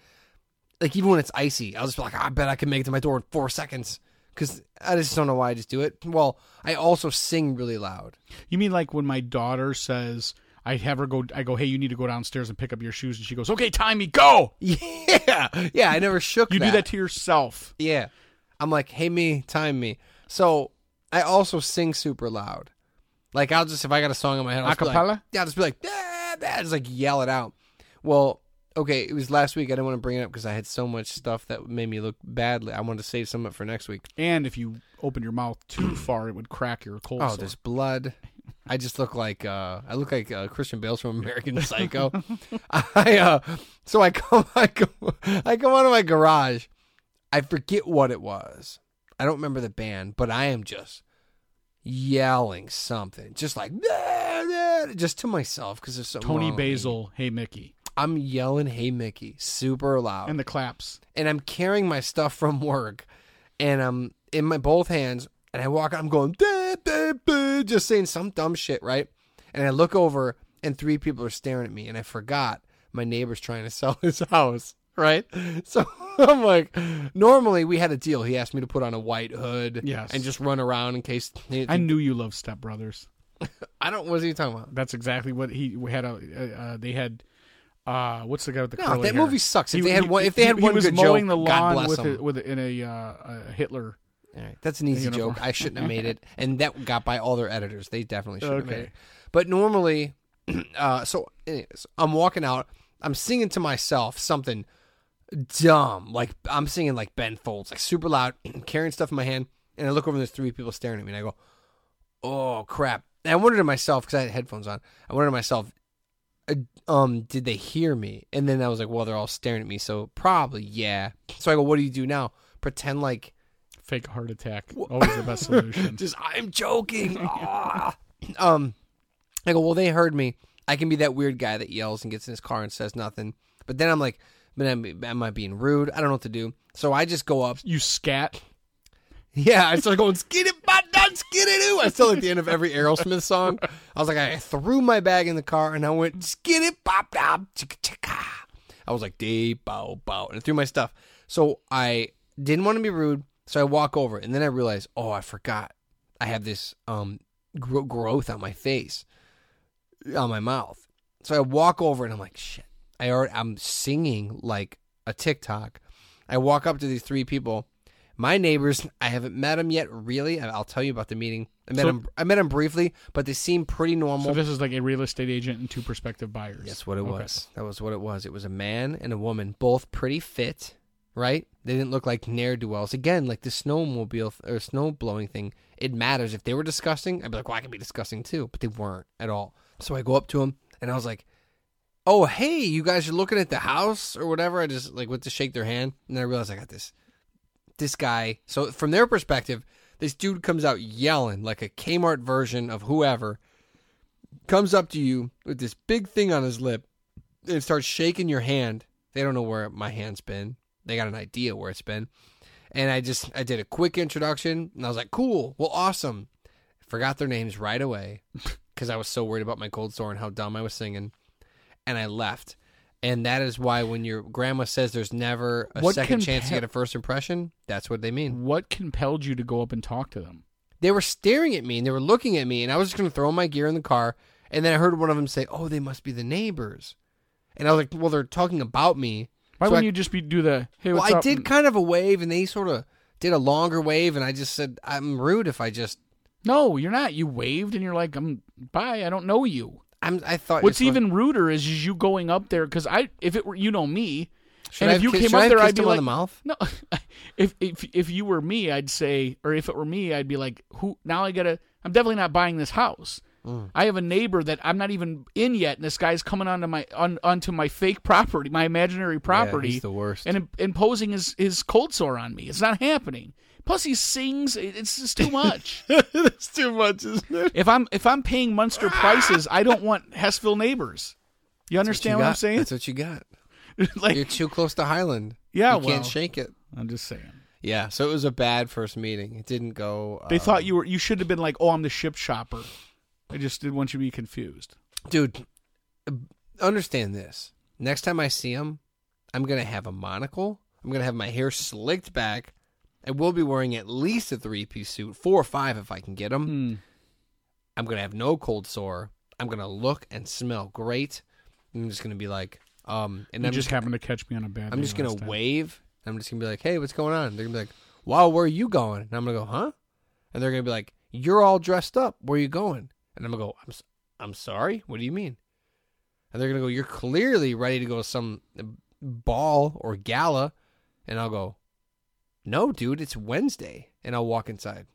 C: Like even when it's icy, I'll just be like, "Ah, I bet I can make it to my door in four seconds. Cause I just don't know why I just do it. Well, I also sing really loud.
B: you mean like when my daughter says. I have her go. I go. Hey, you need to go downstairs and pick up your shoes. And she goes, "Okay, Timey, go."
C: Yeah. Yeah, I never shook
B: You do that to yourself.
C: Yeah. I'm like, hey me, time me. So I also sing super loud. Like I'll just if I got a song in my head, I'll just be like-
B: Acapella?
C: yeah, I'll just be like, "Ah, ah," just like yell it out. Well, okay, it was last week. I didn't want to bring it up because I had so much stuff that made me look badly. I wanted to save some of it for next week.
B: And if you open your mouth too far, it would crack your cold
C: Oh,
B: sore.
C: there's blood. I just look like uh, I look like uh, Christian Bale's from American Psycho. I uh, so I come I come I come out of my garage. I forget what it was. I don't remember the band, but I am just yelling something, just like "Ah, ah," said it just to myself because there's so
B: Tony Basil, hey Mickey,
C: I'm yelling, "Hey Mickey!" super loud,
B: and
C: and,
B: the claps.
C: I'm carrying my stuff from work, and I'm in my both hands, and I walk. out, I'm going, "Duh, duh, duh," just saying some dumb shit, right? And I look over, and three people are staring at me, and I forgot my neighbor's trying to sell his house, right? So I'm like, normally we had a deal. He asked me to put on a white hood,
B: Yes.
C: and just run around in case.
B: I knew you loved Step Brothers.
C: I don't. What's he talking about?
B: That's exactly what he we had. A uh, uh, they had. Uh, what's the guy with the
C: No,
B: curly
C: that
B: hair?
C: movie sucks. If they had one- if they had
B: he
C: one
B: was
C: good
B: mowing the
C: joke, God
B: lawn
C: bless
B: with
C: him.
B: a, with a, in a, uh, a Hitler.
C: All right, that's an easy
B: uniform.
C: joke. I shouldn't have made it, and that got by all their editors. They definitely should have made
B: Okay.
C: it. But normally, uh, so anyways, I'm walking out. I'm singing to myself something dumb, like I'm singing like Ben Folds, like super loud, carrying stuff in my hand, and I look over and there's three people staring at me, and I go, "Oh crap!" And I wondered to myself because I had headphones on. I wondered to myself, uh, um, did they hear me? And then I was like, well, they're all staring at me, so probably yeah. So I go, what do you do now? Pretend like
B: Fake heart attack. Always the best solution.
C: just I'm joking. Ah. um, I go, well, they heard me. I can be that weird guy that yells and gets in his car and says nothing. But then I'm like, but am, am I being rude? I don't know what to do. So I just go up.
B: you scat.
C: Yeah, I start going skid it, but not skid it. ooh." I still at the end of every Aerosmith song. I was like, I threw my bag in the car and I went skid it, bop, bop, chicka, chicka. I was like, day, bow, bow, and I threw my stuff. So I didn't want to be rude, so I walk over, and then I realize, oh, I forgot, I have this um gro- growth on my face, on my mouth. So I walk over, and I'm like, shit. I already, I'm singing like a TikTok. I walk up to these three people, my neighbors. I haven't met them yet, really. I- I'll tell you about the meeting. I met
B: So-
C: them. I met them briefly, but they seem pretty normal.
B: So this is like a real estate agent and two prospective buyers.
C: That's what it
B: Okay.
C: was. That was what it was. It was a man and a woman, both pretty fit, right? They didn't look like ne'er do wells. Again, like the snowmobile th- or snow blowing thing, it matters. If they were disgusting, I'd be like, well, I could be disgusting too. But they weren't at all. So I go up to him and I was like, oh, hey, you guys are looking at the house or whatever. I just like went to shake their hand. And then I realized I got this this guy. So from their perspective, this dude comes out yelling like a Kmart version of whoever. Comes up to you with this big thing on his lip and starts shaking your hand. They don't know where my hand's been. They got an idea where it's been. And I just I did a quick introduction and I was like, "Cool. Well, awesome." Forgot their names right away cuz I was so worried about my cold sore and how dumb I was singing. And I left. And that is why when your grandma says there's never a
B: What
C: second
B: can
C: chance to
B: pa-
C: get a first impression, that's what they mean.
B: What compelled you to go up and talk to them?
C: They were staring at me and they were looking at me, and I was just going to throw my gear in the car. And then I heard one of them say, "Oh, they must be the neighbors," and I was like, "Well, they're talking about me."
B: Why
C: So
B: wouldn't
C: I-
B: you just be do the hey?
C: Well,
B: What's
C: I
B: up?
C: did kind of a wave, and they sort of did a longer wave, and I just said, "I'm rude if I just."
B: No, you're not. You waved and you're like, "I'm bye. I don't know you."
C: I'm. I thought
B: What's
C: you're supposed-
B: even ruder is, is you going up there because I, if it were you know me,
C: Should
B: and
C: I
B: if
C: have
B: you
C: kissed-
B: came
C: should I
B: up
C: have
B: there,
C: kissed
B: I'd be
C: him on
B: like,
C: the mouth?
B: no. if if if you were me, I'd say, or if it were me, I'd be like, who? Now I gotta. I'm definitely not buying this house.
C: Mm.
B: I have a neighbor that I'm not even in yet, and this guy's coming onto my on, onto my fake property, my imaginary property.
C: he's the worst.
B: and im- imposing his his cold sore on me. It's not happening. Plus, he sings. It- It's just too much.
C: That's too much, isn't it?
B: If I'm if I'm paying Munster prices, I don't want Hessville neighbors. You understand what, I'm saying?
C: That's what you got.
B: like,
C: You're too close to Highland.
B: Yeah,
C: you
B: well.
C: can't shake it.
B: I'm just saying.
C: Yeah, so it was a bad first meeting. It didn't go.
B: They
C: uh,
B: thought you were. You should have been like, "Oh, I'm the ship shopper." I just didn't want you to be confused.
C: dude understand this next time i see him i'm gonna have a monocle i'm gonna have my hair slicked back i will be wearing at least a three-piece suit four or five if i can get them
B: Hmm.
C: i'm gonna have no cold sore i'm gonna look and smell great i'm just gonna be like um and
B: You
C: i'm
B: just
C: just,
B: happened to catch me on a bad.
C: i'm
B: day
C: just gonna
B: last time.
C: wave and i'm just gonna be like hey what's going on they're gonna be like wow where are you going and i'm gonna go huh and they're gonna be like you're all dressed up where are you going and i'm gonna go i'm, s- I'm sorry what do you mean and they're gonna go, "You're clearly ready to go to some uh, ball or gala," and I'll go, "No, dude, it's Wednesday," and I'll walk inside.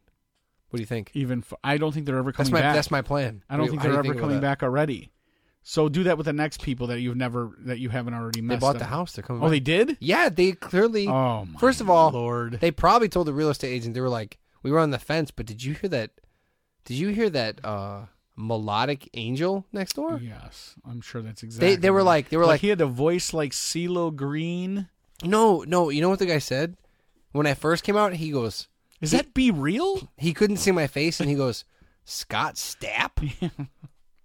C: What do you think?
B: Even f- I don't think they're ever
C: That's
B: coming
C: my
B: back.
C: that's my plan.
B: I don't
C: What do you-
B: think
C: how do
B: they're
C: you
B: ever
C: about
B: coming
C: that?
B: back already. So do that with the next people that you've never that you haven't already
C: They
B: met.
C: bought the house. They're coming.
B: Oh,
C: back.
B: they did.
C: yeah, they clearly.
B: Oh, my
C: First of all,
B: Lord,
C: they probably told the real estate agent they were like, "We were on the fence, but did you hear that? Did you hear that uh, melodic angel next door.
B: Yes, I'm sure that's exactly.
C: They they were
B: right.
C: like they were like
B: he had a voice like CeeLo Green.
C: no no you know what the guy said when I first came out he goes
B: Is that be real?
C: he couldn't see my face and he goes Scott Stapp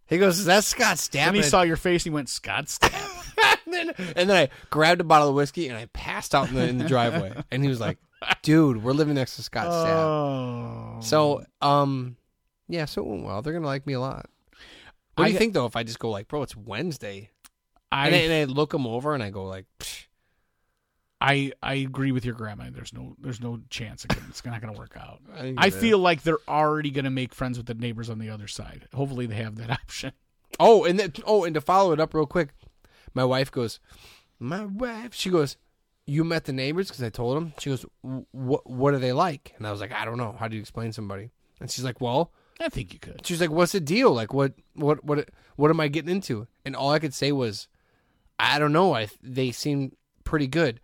C: he goes is that Scott Stapp
B: And he
C: I-
B: saw your face and he went, Scott Stapp.
C: and, then, and then I grabbed a bottle of whiskey and I passed out in the, in the driveway and he was like dude we're living next to Scott Stapp
B: Oh.
C: So, um, yeah, so it went well. They're gonna like me a lot. What do
B: I-
C: you think though? If I just go like, bro, it's Wednesday,
B: I,
C: and, I, and I look them over and I go like, "Psh,
B: I I agree with your grandma. There's no there's no chance again. It's not going to work out.
C: I think
B: I
C: it is.
B: feel like they're already going to make friends with the neighbors on the other side. Hopefully they have that option.
C: oh, and that, oh, and to follow it up real quick, my wife goes, my wife, she goes, you met the neighbors because I told them. She goes, what what are they like? And I was like, I don't know. How do you explain somebody? And she's like, well,
B: I think you could.
C: she's like, what's the deal? Like, what what what what am I getting into? And all I could say was, I don't know. I they seem pretty good.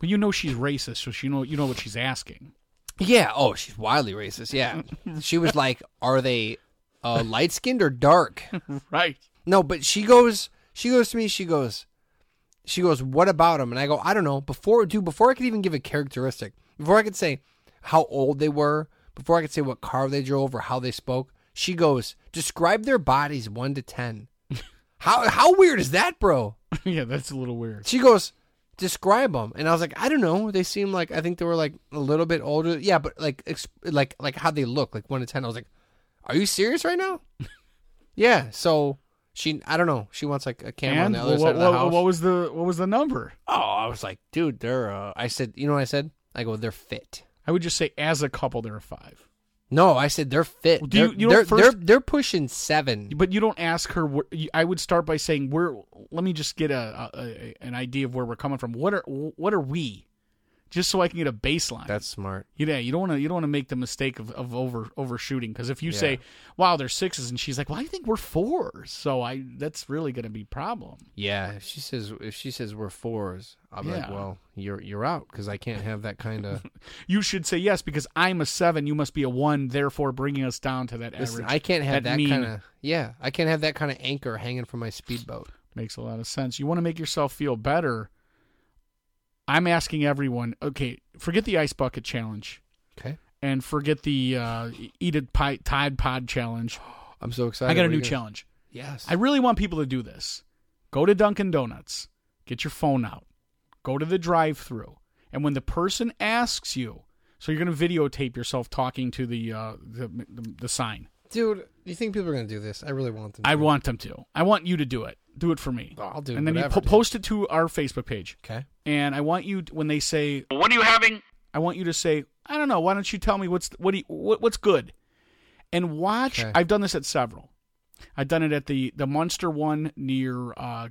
B: But you know she's racist, so she know you know what she's asking.
C: Yeah. Oh, she's wildly racist. Yeah. she was like, "Are they uh, light skinned or dark?"
B: Right.
C: No, but she goes. She goes to me. She goes. She goes. What about them? And I go. I don't know. Before, dude. Before I could even give a characteristic. Before I could say how old they were. Before I could say what car they drove or how they spoke. She goes. Describe their bodies one to ten. How how weird is that, bro?
B: yeah, that's a little weird.
C: She goes, describe them, and I was like, I don't know. They seem like I think they were like a little bit older. Yeah, but like ex- like like how they look, like one to ten. I was like, are you serious right now? yeah. So she, I don't know. She wants like a camera on
B: And
C: the other
B: what,
C: side of the
B: what-
C: house.
B: what was the what was the number?
C: oh, I was like, dude, they're. Uh, I said, you know what I said? I go, they're fit.
B: I would just say as a couple they're a five.
C: No, I said they're fit.
B: Well, do you-
C: they're,
B: you know,
C: they're,
B: first-
C: they're they're pushing seven.
B: But you don't ask her. Where, you- I would start by saying, "Where? Let me just get a, a, a an idea of where we're coming from. What are what are we? Just so I can get a baseline."
C: That's smart.
B: yeah. You don't want to you don't want to make the mistake of, of over overshooting because if you
C: Yeah.
B: say, "Wow, they're sixes," and she's like, "Well, I think we're fours," so I that's really going to be a problem.
C: Yeah, if she says if she says we're fours, I'll be like,
B: Yeah.
C: well, you're you're out because I can't have that kind of.
B: You should say yes because I'm a seven. You must be a one, therefore bringing us down to that
C: Listen,
B: average.
C: I can't have that,
B: mean
C: kind of. Yeah, I can't have that kind of anchor hanging from my speedboat.
B: Makes a lot of sense. You want to make yourself feel better. I'm asking everyone. Okay, forget the ice bucket challenge.
C: Okay,
B: and forget the uh, eat a pie, Tide Pod challenge.
C: I'm so excited.
B: I got a
C: What are
B: new
C: you gonna-
B: challenge.
C: Yes,
B: I really want people to do this. Go to Dunkin' Donuts, get your phone out, go to the drive-through, and when the person asks you, so you're going to videotape yourself talking to the uh, the, the the sign.
C: dude. You think people are gonna do this? I really want them.
B: I
C: to.
B: want them to. I want you to do it. Do it for me.
C: I'll do
B: And then
C: whatever,
B: you po-
C: dude.
B: post it to our Facebook page.
C: Okay.
B: and I want you when they say, "What are you having?" I want you to say, "I don't know. Why don't you tell me what's what do you, what, what's good?" And watch.
C: Okay.
B: I've done this at several. I've done it at the the Munster one near uh,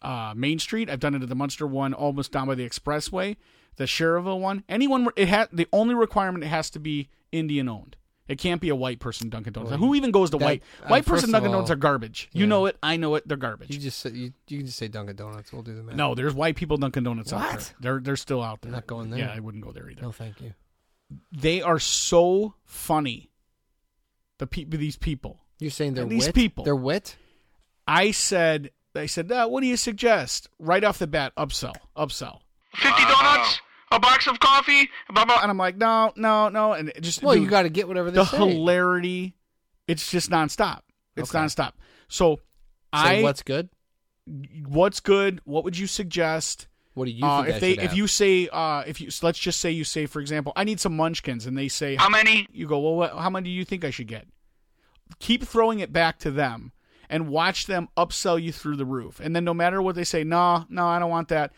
B: uh, Main Street. I've done it at the Munster one almost down by the expressway. The Sherrillville one. Anyone it ha the only requirement it has to be Indian owned. It can't be a white person Dunkin' Donuts.
C: Well,
B: Who even goes to
C: that-
B: white
C: uh,
B: white
C: first
B: person
C: of
B: Dunkin'
C: all-
B: Donuts are garbage. You
C: Yeah.
B: know it. I know it. They're garbage.
C: You just say, you you can just say Dunkin' Donuts. We'll do the math.
B: No, there's white people Dunkin' Donuts out
C: What?
B: there. They're they're still out there.
C: Not going there.
B: Yeah, I wouldn't go there either.
C: no, thank you.
B: They are so funny. The pe- these people.
C: You're saying they're
B: These
C: wit?
B: people.
C: They're wit.
B: I said I said, uh, what do you suggest? Right off the bat, upsell, upsell. Fifty
C: Ah.
B: donuts, a box of coffee, blah blah. And I'm like, no, no, no, and it just
C: Well,
B: dude,
C: you got to get whatever they
B: the
C: say.
B: hilarity. It's just nonstop. It's
C: Okay.
B: nonstop. So,
C: say
B: I
C: what's good.
B: what's good? What would you suggest?
C: What do you
B: Uh,
C: think? I
B: if they
C: should
B: if
C: have?
B: you say uh, if you so let's just say you say for example I need some munchkins and they say how many you go well what, how many do you think I should get keep throwing it back to them and watch them upsell you through the roof and then no matter what they say no no I don't want that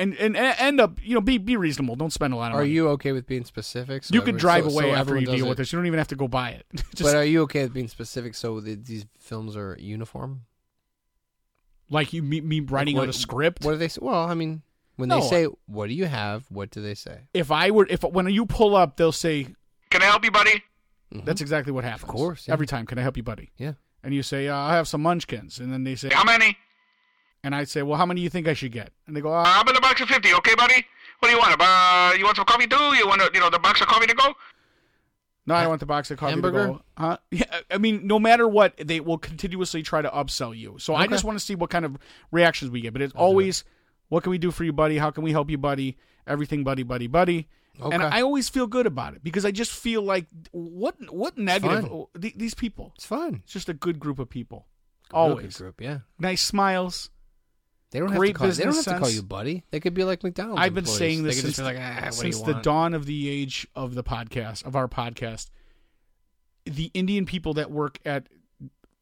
B: and and, and end up you know be be reasonable don't spend a lot of
C: are
B: money
C: you okay with being specific? So
B: you could
C: every-
B: drive
C: so- so
B: away after
C: everyone
B: you
C: does
B: deal
C: it.
B: with this you don't even have to go buy it just
C: But are you okay with being specific? So the, these films are uniform.
B: like you me, me writing
C: Like,
B: out a script
C: What do they say? Well, I mean, when
B: No,
C: they say, "What do you have?" What do they say?
B: if I were if when you pull up they'll say can I help you buddy that's exactly what happens
C: Mm-hmm. course, yeah.
B: every time can I help you buddy
C: Yeah.
B: and you say, uh, I have some munchkins. And then they say, How many? And I say, Well, how many do you think I should get? And they go, uh, How about a box of 50? Okay, buddy. What do you want? Uh, you want some coffee too? You want, you know, the box of coffee to go? No, I don't want the box of coffee. To
C: Hamburger?
B: go, huh? Yeah, I mean, no matter what, they will continuously try to upsell you. So I
C: Okay.
B: just want to see what kind of reactions we get. But it's always, what can we do for you, buddy? How can we help you, buddy? Everything, buddy, buddy, buddy. And
C: Okay.
B: I always feel good about it because I just feel like what what negative th- these people.
C: It's fun.
B: It's just a good group of people.
C: Real good
B: always
C: group, yeah.
B: nice smiles.
C: They don't
B: Great
C: have to call. They don't have
B: business
C: to call
B: sense.
C: you buddy. They could be like McDonald's.
B: I've been
C: employees.
B: saying
C: They
B: this
C: could
B: since,
C: just be like, ah, what
B: since
C: do you
B: the
C: want?
B: dawn of the age of the podcast of our podcast. The Indian people that work at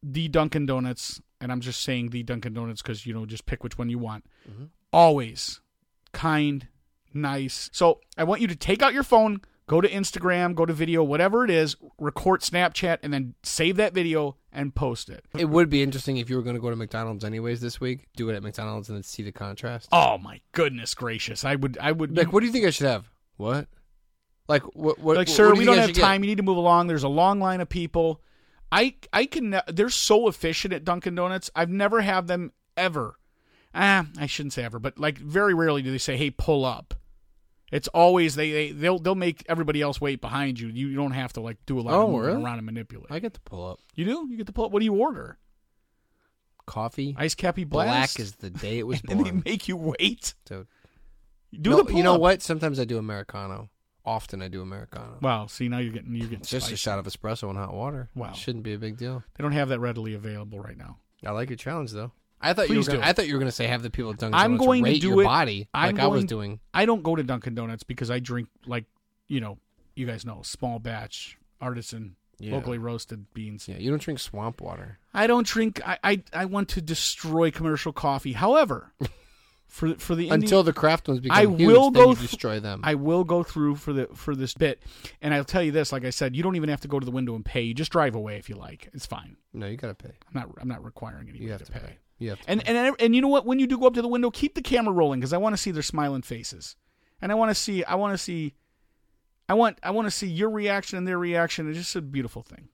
B: the Dunkin' Donuts, and I'm just saying the Dunkin' Donuts because you know just pick which one you want.
C: Mm-hmm.
B: Always kind, nice. So I want you to take out your phone, go to Instagram, go to video, whatever it is, record Snapchat, and then save that video and post it.
C: It would be interesting if you were going to go to McDonald's anyways this week. Do it at McDonald's and then see the contrast.
B: Oh my goodness gracious! I would, I would.
C: Like, what do you think I should have? What? Like, what? what
B: like
C: what
B: sir
C: do you
B: we
C: think
B: don't
C: I
B: have
C: should get?
B: time you need to move along there's a long line of people i i can ne- they're so efficient at dunkin donuts i've never had them ever ah i shouldn't say ever but like very rarely do they say hey pull up it's always they, they they'll they'll make everybody else wait behind you you don't have to like do a lot
C: Oh,
B: of moving
C: really?
B: around and manipulate
C: I get to pull up
B: you do you get to pull up what do you order
C: coffee.
B: ice cappy blast
C: Black is the day it was
B: and they
C: born.
B: make you wait
C: Dude.
B: do
C: No,
B: the pull
C: you know
B: up.
C: what? Sometimes I do americano. Often I do americano.
B: wow see now you're getting you're getting
C: It's just a
B: spicy.
C: shot of espresso and hot water.
B: Wow.
C: shouldn't be a big deal.
B: they don't have that readily available right now
C: I like your challenge though. I thought you were
B: Please
C: gonna,
B: do.
C: I thought you were going to say have the people at Dunkin'
B: I'm
C: Donuts
B: going to
C: rate
B: do
C: your
B: it.
C: body
B: I'm
C: like I was
B: going-
C: doing.
B: I don't go to Dunkin' Donuts because I drink like you know, you guys know, small batch, artisan,
C: Yeah.
B: locally roasted beans.
C: Yeah, you don't drink swamp water.
B: I don't drink. I, I I want to destroy commercial coffee. However, for for the Indian,
C: Until the craft ones become
B: I
C: huge,
B: will
C: then
B: go
C: you
B: th-
C: destroy them.
B: I will go through for the for this bit, and I'll tell you this. Like I said, you don't even have to go to the window and pay. You just drive away if you like. It's fine.
C: no, you got to pay.
B: I'm not I'm not requiring anybody
C: You have to pay. You have to.
B: And and and you know what? When you do go up to the window, keep the camera rolling because I want to see their smiling faces, and I want to see I want to see, I want I want to see your reaction and their reaction. It's just a beautiful thing.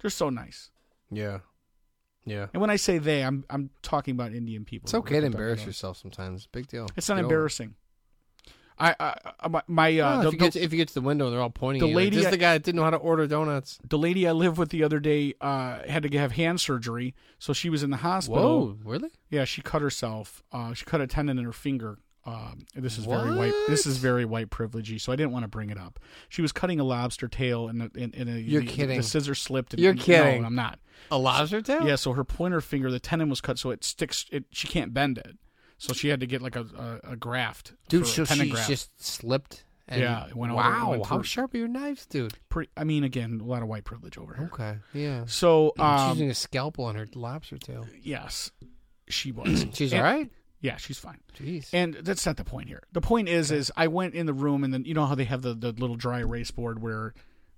B: They're so nice.
C: yeah, yeah.
B: And when I say they, I'm I'm talking about Indian people.
C: It's okay to embarrass
B: Don't-
C: yourself sometimes. Big deal.
B: It's not
C: Get over it.
B: embarrassing. I I, I my, my
C: No,
B: uh,
C: Oh, if,
B: the,
C: you get
B: the,
C: to, if you get to the window, they're all pointing.
B: the
C: at you, like,
B: lady
C: this is
B: I-
C: the guy that didn't know how to order donuts.
B: the lady I lived with the other day uh, had to have hand surgery, so she was in the hospital.
C: Whoa, really?
B: Yeah, she cut herself. Uh, she cut a tendon in her finger. Um, this is very white. This is very white privilege. So I didn't want to bring it up. She was cutting a lobster tail, and the, and, and the,
C: You're
B: the,
C: kidding.
B: The scissor slipped. And,
C: You're
B: no,
C: kidding.
B: I'm not.
C: A lobster tail?
B: Yeah. So her pointer finger, the tendon was cut, so it sticks. It she can't bend it. So she had to get like a a, a graft.
C: dude.
B: for a
C: So
B: tendon
C: she
B: graft.
C: just slipped. And
B: Yeah, it went all the way-
C: wow,
B: went
C: how
B: through.
C: sharp are your knives, dude?
B: Pretty, I mean, again, a lot of white privilege over here.
C: Okay, yeah.
B: So
C: She's
B: um,
C: using a scalpel on her lobster tail.
B: yes, she was.
C: She's
B: And-
C: all right.
B: Yeah, she's fine.
C: Jeez.
B: And that's not the point here. The point is, is I went in the room and then you know how they have the, the little dry erase board where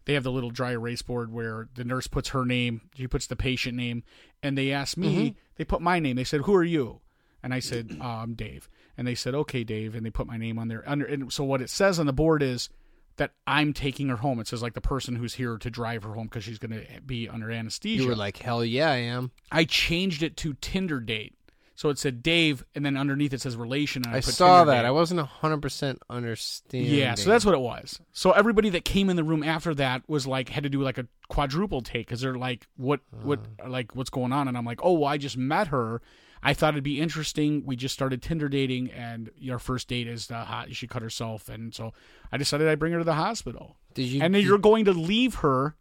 B: they have the little dry erase board where the nurse puts her name, she puts the patient name, and they asked me,
C: Mm-hmm.
B: they put my name. They said, "Who are you?" And I said, um, "Dave." And they said, "Okay, Dave." And they put my name on there. Under and so what it says on the board is that I'm taking her home. It says like the person who's here to drive her home because she's going to be under anesthesia.
C: you were like, hell yeah, I am.
B: I changed it to Tinder date. So it said Dave, and then underneath it says relation. And I,
C: I
B: put
C: saw
B: Tinder
C: that.
B: date.
C: I wasn't hundred percent understanding.
B: Yeah, so that's what it was. So everybody that came in the room after that was like had to do like a quadruple take because they're like, what, what,
C: Uh.
B: like what's going on? And I'm like, oh, well, I just met her. I thought it'd be interesting. We just started Tinder dating, and your first date is the hot. She cut herself, and so I decided I'd bring her to the hospital.
C: Did you?
B: and then
C: did-
B: you're going to leave her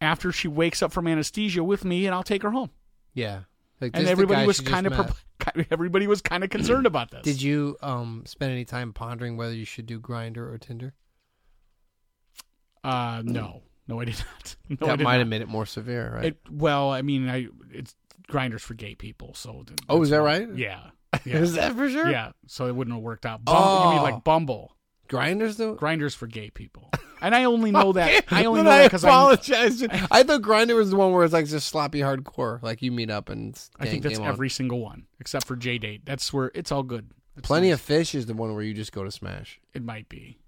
B: after she wakes up from anesthesia with me, and I'll take her home.
C: yeah. Like, this
B: And
C: is the
B: everybody
C: guy
B: was
C: she just
B: kind of
C: met.
B: pre- everybody was kind of concerned about this.
C: Did you um spend any time pondering whether you should do Grinder or Tinder?
B: Uh, no, no, I did not. No, I
C: that
B: did
C: might
B: not.
C: have made it more severe, right?
B: It, well, I mean, I it's grinders for gay people, so th-
C: oh,
B: that's
C: is that
B: why-
C: right?
B: Yeah, yeah,
C: Is that for sure?
B: yeah. So it wouldn't have worked out. Bumble, you mean
C: Oh.
B: like Bumble
C: Grinders though.
B: grinders for gay people? And I only know that I only
C: Then
B: know that because I,
C: apologize. I, thought Grinder was the one where it's like just sloppy hardcore. Like you meet up and it's
B: I think
C: dang
B: that's
C: game on.
B: every single one except for J date. That's where it's all good. It's
C: Plenty
B: nice.
C: of fish is the one where you just go to smash.
B: it might be,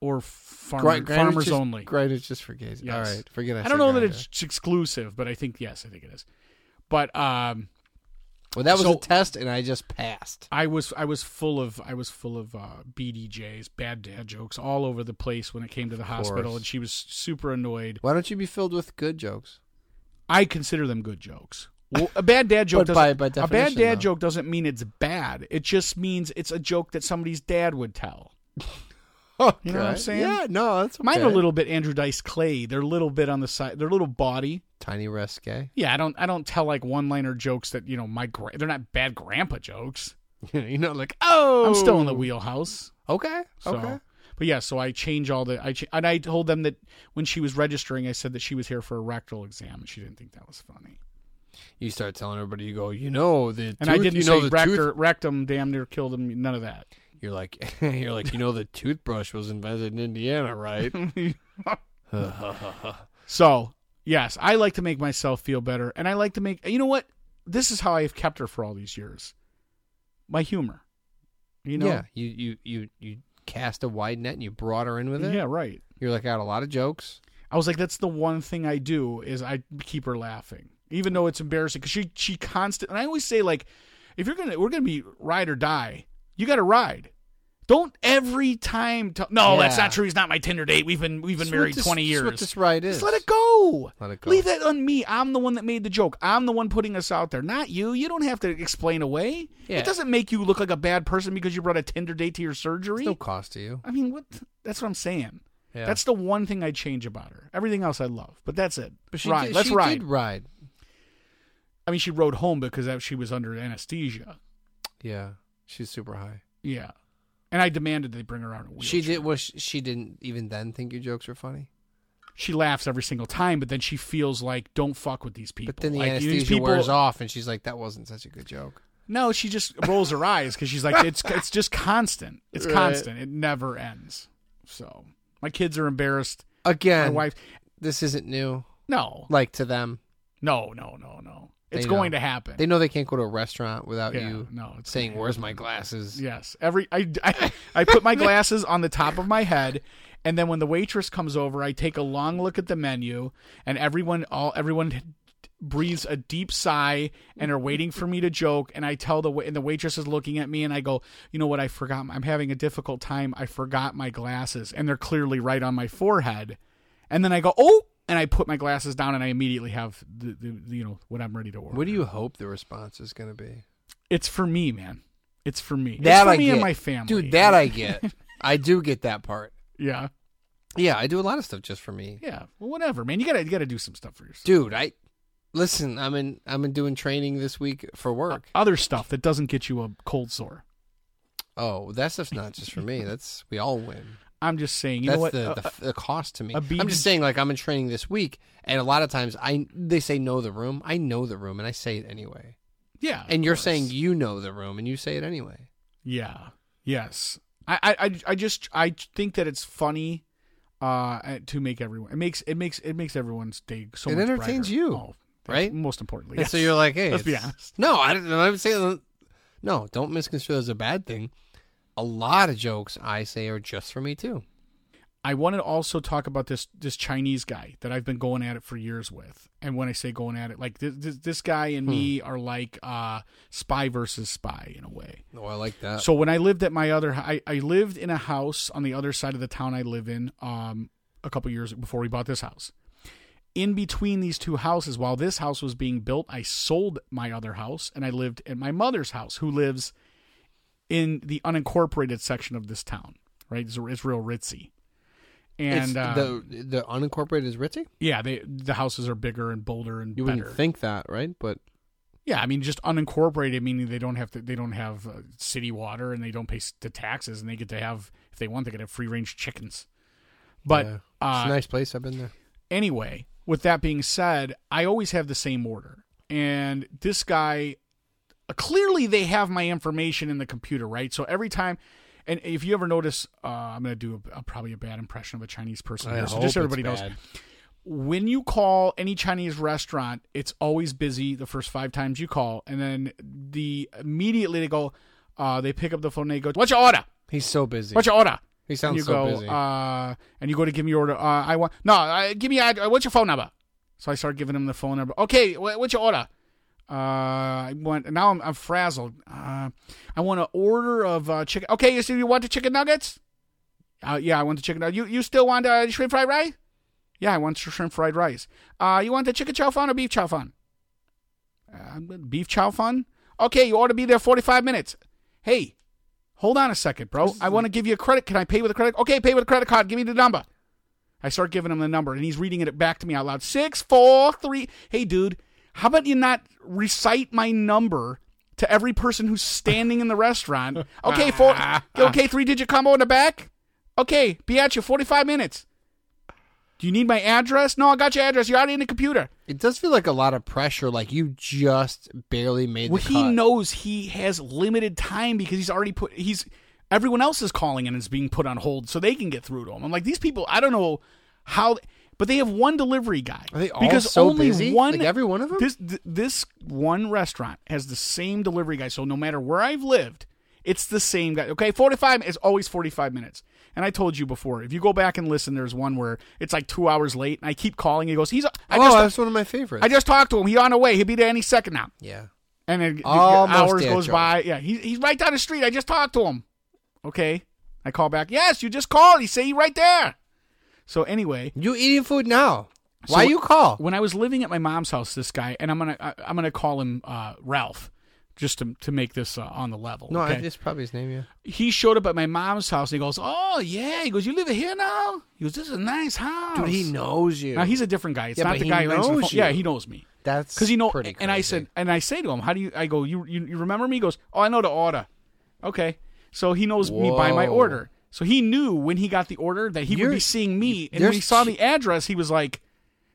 B: or farmer,
C: Gri- Grindr's
B: farmers
C: just,
B: only.
C: Grinder's just for gays.
B: Yes.
C: All right, forget. I,
B: I
C: said
B: don't know that
C: Grindr.
B: it's exclusive, but I think yes, I think it is. But um,
C: Well, that was
B: So-
C: a test, and I just passed.
B: I was I was full of I was full of uh, BDJs, bad dad jokes, all over the place when it came to the hospital,
C: course.
B: and she was super annoyed.
C: Why don't you be filled with good jokes?
B: I consider them good jokes. Well, a bad dad joke
C: But
B: doesn't,
C: by- by
B: a bad
C: definition,
B: dad
C: though.
B: joke doesn't mean it's bad. It just means it's a joke that somebody's dad would tell. You know what I'm
C: Okay.
B: saying?
C: Yeah, no, that's okay.
B: Mine are a little bit Andrew Dice Clay. They're a little bit on the side. They're a little body.
C: tiny risque.
B: Yeah, I don't I don't tell like one liner jokes that you know my gra- they're not bad grandpa jokes.
C: you know, like oh,
B: I'm still in the wheelhouse.
C: Okay,
B: So,
C: okay.
B: But yeah, so I change all the I ch- and I told them that when she was registering, I said that she was here for a rectal exam, and she didn't think that was funny.
C: You start telling everybody, you go, you know the
B: And I
C: tooth-
B: didn't
C: you know
B: say
C: the
B: rector,
C: tooth-
B: rectum damn near killed him. None of that.
C: You're like, you're like, you know the toothbrush was invented in Indiana, right?
B: So yes, I like to make myself feel better, and I like to make you know what this is how I have kept her for all these years. My humor, you know.
C: yeah, you you you you cast a wide net and you brought her in with it.
B: Yeah, right.
C: You're like, I got a lot of jokes.
B: I was like, that's the one thing I do is I keep her laughing, even though it's embarrassing because she she constant. And I always say like, if you're gonna we're gonna be ride or die, you got to ride. Don't every time. Tell, no, that's
C: Yeah.
B: not true. He's not my Tinder date. We've been we've been
C: That's what
B: married
C: this-
B: twenty
C: that's
B: years.
C: what this ride is.
B: Just let it go.
C: Let it go.
B: Leave that on me. I'm the one that made the joke. I'm the one putting us out there, not you. You don't have to explain away.
C: Yeah.
B: It doesn't make you look like a bad person because you brought a Tinder date to your surgery.
C: It's no cost to you.
B: I mean, what? That's what I'm saying.
C: Yeah.
B: That's the one thing I change about her. Everything else I love, but that's it.
C: But she
B: ride.
C: did,
B: Let's
C: she
B: ride.
C: Did ride.
B: I mean, she rode home because that- she was under anesthesia.
C: Yeah, she's super high.
B: Yeah, and I demanded they bring her out. in a
C: She
B: wheelchair.
C: did. Was she, she didn't even then think your jokes were funny?
B: She laughs every single time, but then she feels like, "Don't fuck with these people."
C: But then the
B: Like, these
C: anesthesia
B: people-
C: wears off, and she's like, "That wasn't such a good joke."
B: No, she just rolls her eyes because she's like, it's it's just constant. It's
C: Right.
B: constant. It never ends. So my kids are embarrassed.
C: Again,
B: My wife,
C: this isn't new.
B: no,
C: Like to them,
B: no, no, no, no. It's
C: They
B: going
C: know.
B: to happen.
C: they know they can't go to a restaurant without
B: Yeah,
C: you
B: no, it's
C: saying, "Where's my glasses?"
B: Yes. Every I, I I put my glasses on the top of my head and then when the waitress comes over, I take a long look at the menu and everyone all everyone breathes a deep sigh and are waiting for me to joke and I tell the wa- and the waitress is looking at me and I go, "You know what? I forgot. I'm having a difficult time. I forgot my glasses." And they're clearly right on my forehead. And then I go, "Oh!" and I put my glasses down and I immediately have the, the, the you know what I'm ready to order.
C: What do you hope the response is going to be?
B: It's for me, man. It's for me. it's
C: That
B: for
C: I
B: me
C: get,
B: and my family.
C: dude. That I get. I do get that part.
B: Yeah.
C: Yeah, I do a lot of stuff just for me,
B: Yeah. Well, whatever, man. You gotta you gotta do some stuff for yourself.
C: dude. I listen. I'm in. I'm in doing training this week for work.
B: Other stuff that doesn't get you a cold sore.
C: Oh, that stuff's not just for me. That's we all win.
B: I'm just saying. You
C: That's
B: know what?
C: the,
B: Uh,
C: the, the cost to me.
B: a
C: i I'm
B: BD
C: just saying, like I'm in training this week, and a lot of times I they say know the room. I know the room, and I say it anyway.
B: yeah. of
C: And you're
B: course.
C: saying you know the room, and you say it anyway.
B: Yeah. Yes. I, I I- I just I think that it's funny uh to make everyone it makes it makes it makes everyone's day so
C: It
B: much
C: entertains
B: brighter.
C: you,
B: Oh, that's
C: right?
B: most importantly
C: And so you're like, hey,
B: Let's be
C: it's-
B: honest.
C: No, I didn't. I would say no. Don't misconstrue that as a bad thing. A lot of jokes I say are just for me too.
B: I want to also talk about this this Chinese guy that I've been going at it for years with. And when I say going at it, like this this, this guy
C: Hmm.
B: and me are like uh, spy versus spy in a way.
C: Oh, I like that.
B: So when I lived at my other, I, I lived in a house on the other side of the town I live in. Um, a couple years before we bought this house. In between these two houses, while this house was being built, I sold my other house and I lived at my mother's house, who lives in the unincorporated section of this town. Right, it's, it's real ritzy. And
C: It's-
B: uh,
C: the the unincorporated is ritzy.
B: yeah, they the houses are bigger and bolder and
C: You
B: better.
C: wouldn't think that, right? But
B: Yeah, I mean, just unincorporated, meaning they don't have to, they don't have uh, city water and they don't pay s- the taxes, and they get to have, if they want, they could have free range chickens. But
C: yeah.
B: uh,
C: it's a nice place. I've been there.
B: anyway, with that being said, I always have the same order, and this guy, uh, clearly they have my information in the computer, right? So every time. And if you ever notice, uh, I'm going to do a, a- probably a bad impression of a Chinese person. here, so just so everybody knows, when you call any Chinese restaurant, it's always busy the first five times you call, and then the immediately they go, uh, they pick up the phone and they go, "What's your order?
C: He's so busy.
B: What's your order?"
C: He
B: and
C: sounds
B: you
C: so
B: go,
C: busy.
B: Uh, and you go to give me your order. Uh, I want no, uh, give me. your ad- What's your phone number? So I start giving him the phone number. Okay, wh- what's your order? Uh, I want now. I'm, I'm frazzled. Uh, I want an order of uh, chicken. Okay, you see, you want the chicken nuggets? Uh, yeah, I want the chicken. nug- You you still want uh, shrimp fried rice? Yeah, I want shrimp fried rice. Uh, you want the chicken chow fun or beef chow fun? Uh, beef chow fun. Okay, you ought to be there 45 minutes. Hey, hold on a second, bro. I want to give you a credit. Can I pay with a credit? Okay, pay with a credit card. Give me the number. I start giving him the number, and he's reading it back to me out loud. Six, four, three. Hey, dude, how about you not recite my number to every person who's standing in the restaurant? Okay, four. Okay, three digit combo in the back. Okay, be at you forty-five minutes. Do you need my address? No, I got your address. You're already in the computer.
C: It does feel like a lot of pressure. Like you just barely made
B: Well,
C: the
B: he
C: cut.
B: knows he has limited time because he's already put. He's everyone else is calling and is being put on hold, so they can get through to him. I'm like these people. I don't know how, but they have one delivery guy.
C: Are they all
B: because
C: so
B: only
C: busy?
B: one,
C: Like, every one of 'em?
B: This th- this one restaurant has the same delivery guy. So no matter where I've lived, it's the same guy. Okay, 45 is always 45 minutes. And I told you before, if you go back and listen, there's one where it's like two hours late, and I keep calling. He goes, "He's." I
C: oh,
B: just,
C: that's one of my favorites.
B: I just talked to him. He's on the way. He'll be there any second now.
C: yeah.
B: And then the
C: Almost
B: hours
C: dead
B: goes
C: drunk.
B: by. Yeah, he, he's right down the street. I just talked to him. Okay. I call back. Yes, you just called. He say he right there. So anyway,
C: You eating food now? Why
B: So-
C: you call?
B: when I was living at my mom's house, this guy and I'm gonna I, I'm gonna call him uh, Ralph, just to to make this uh, on the level.
C: No,
B: okay?
C: I, it's probably his name. Yeah.
B: he showed up at my mom's house and he goes, "Oh yeah," he goes, "You live here now?" He goes, "This is a nice house."
C: knows you.
B: now he's a different guy. It's
C: Yeah,
B: not
C: but
B: the
C: he
B: guy who answers the
C: knows
B: phone. Yeah,
C: you.
B: he knows me
C: that's
B: because you know.
C: Pretty
B: and I
C: crazy.
B: said, and I say to him, "How do you?" I go, "You, you, you remember me?" He goes, "Oh, I know the order." Okay, so he knows me by my
C: Whoa.
B: order. So he knew when he got the order that he would
C: You're-
B: be seeing me, and when
C: there's
B: he saw
C: ch-
B: the address, he was like,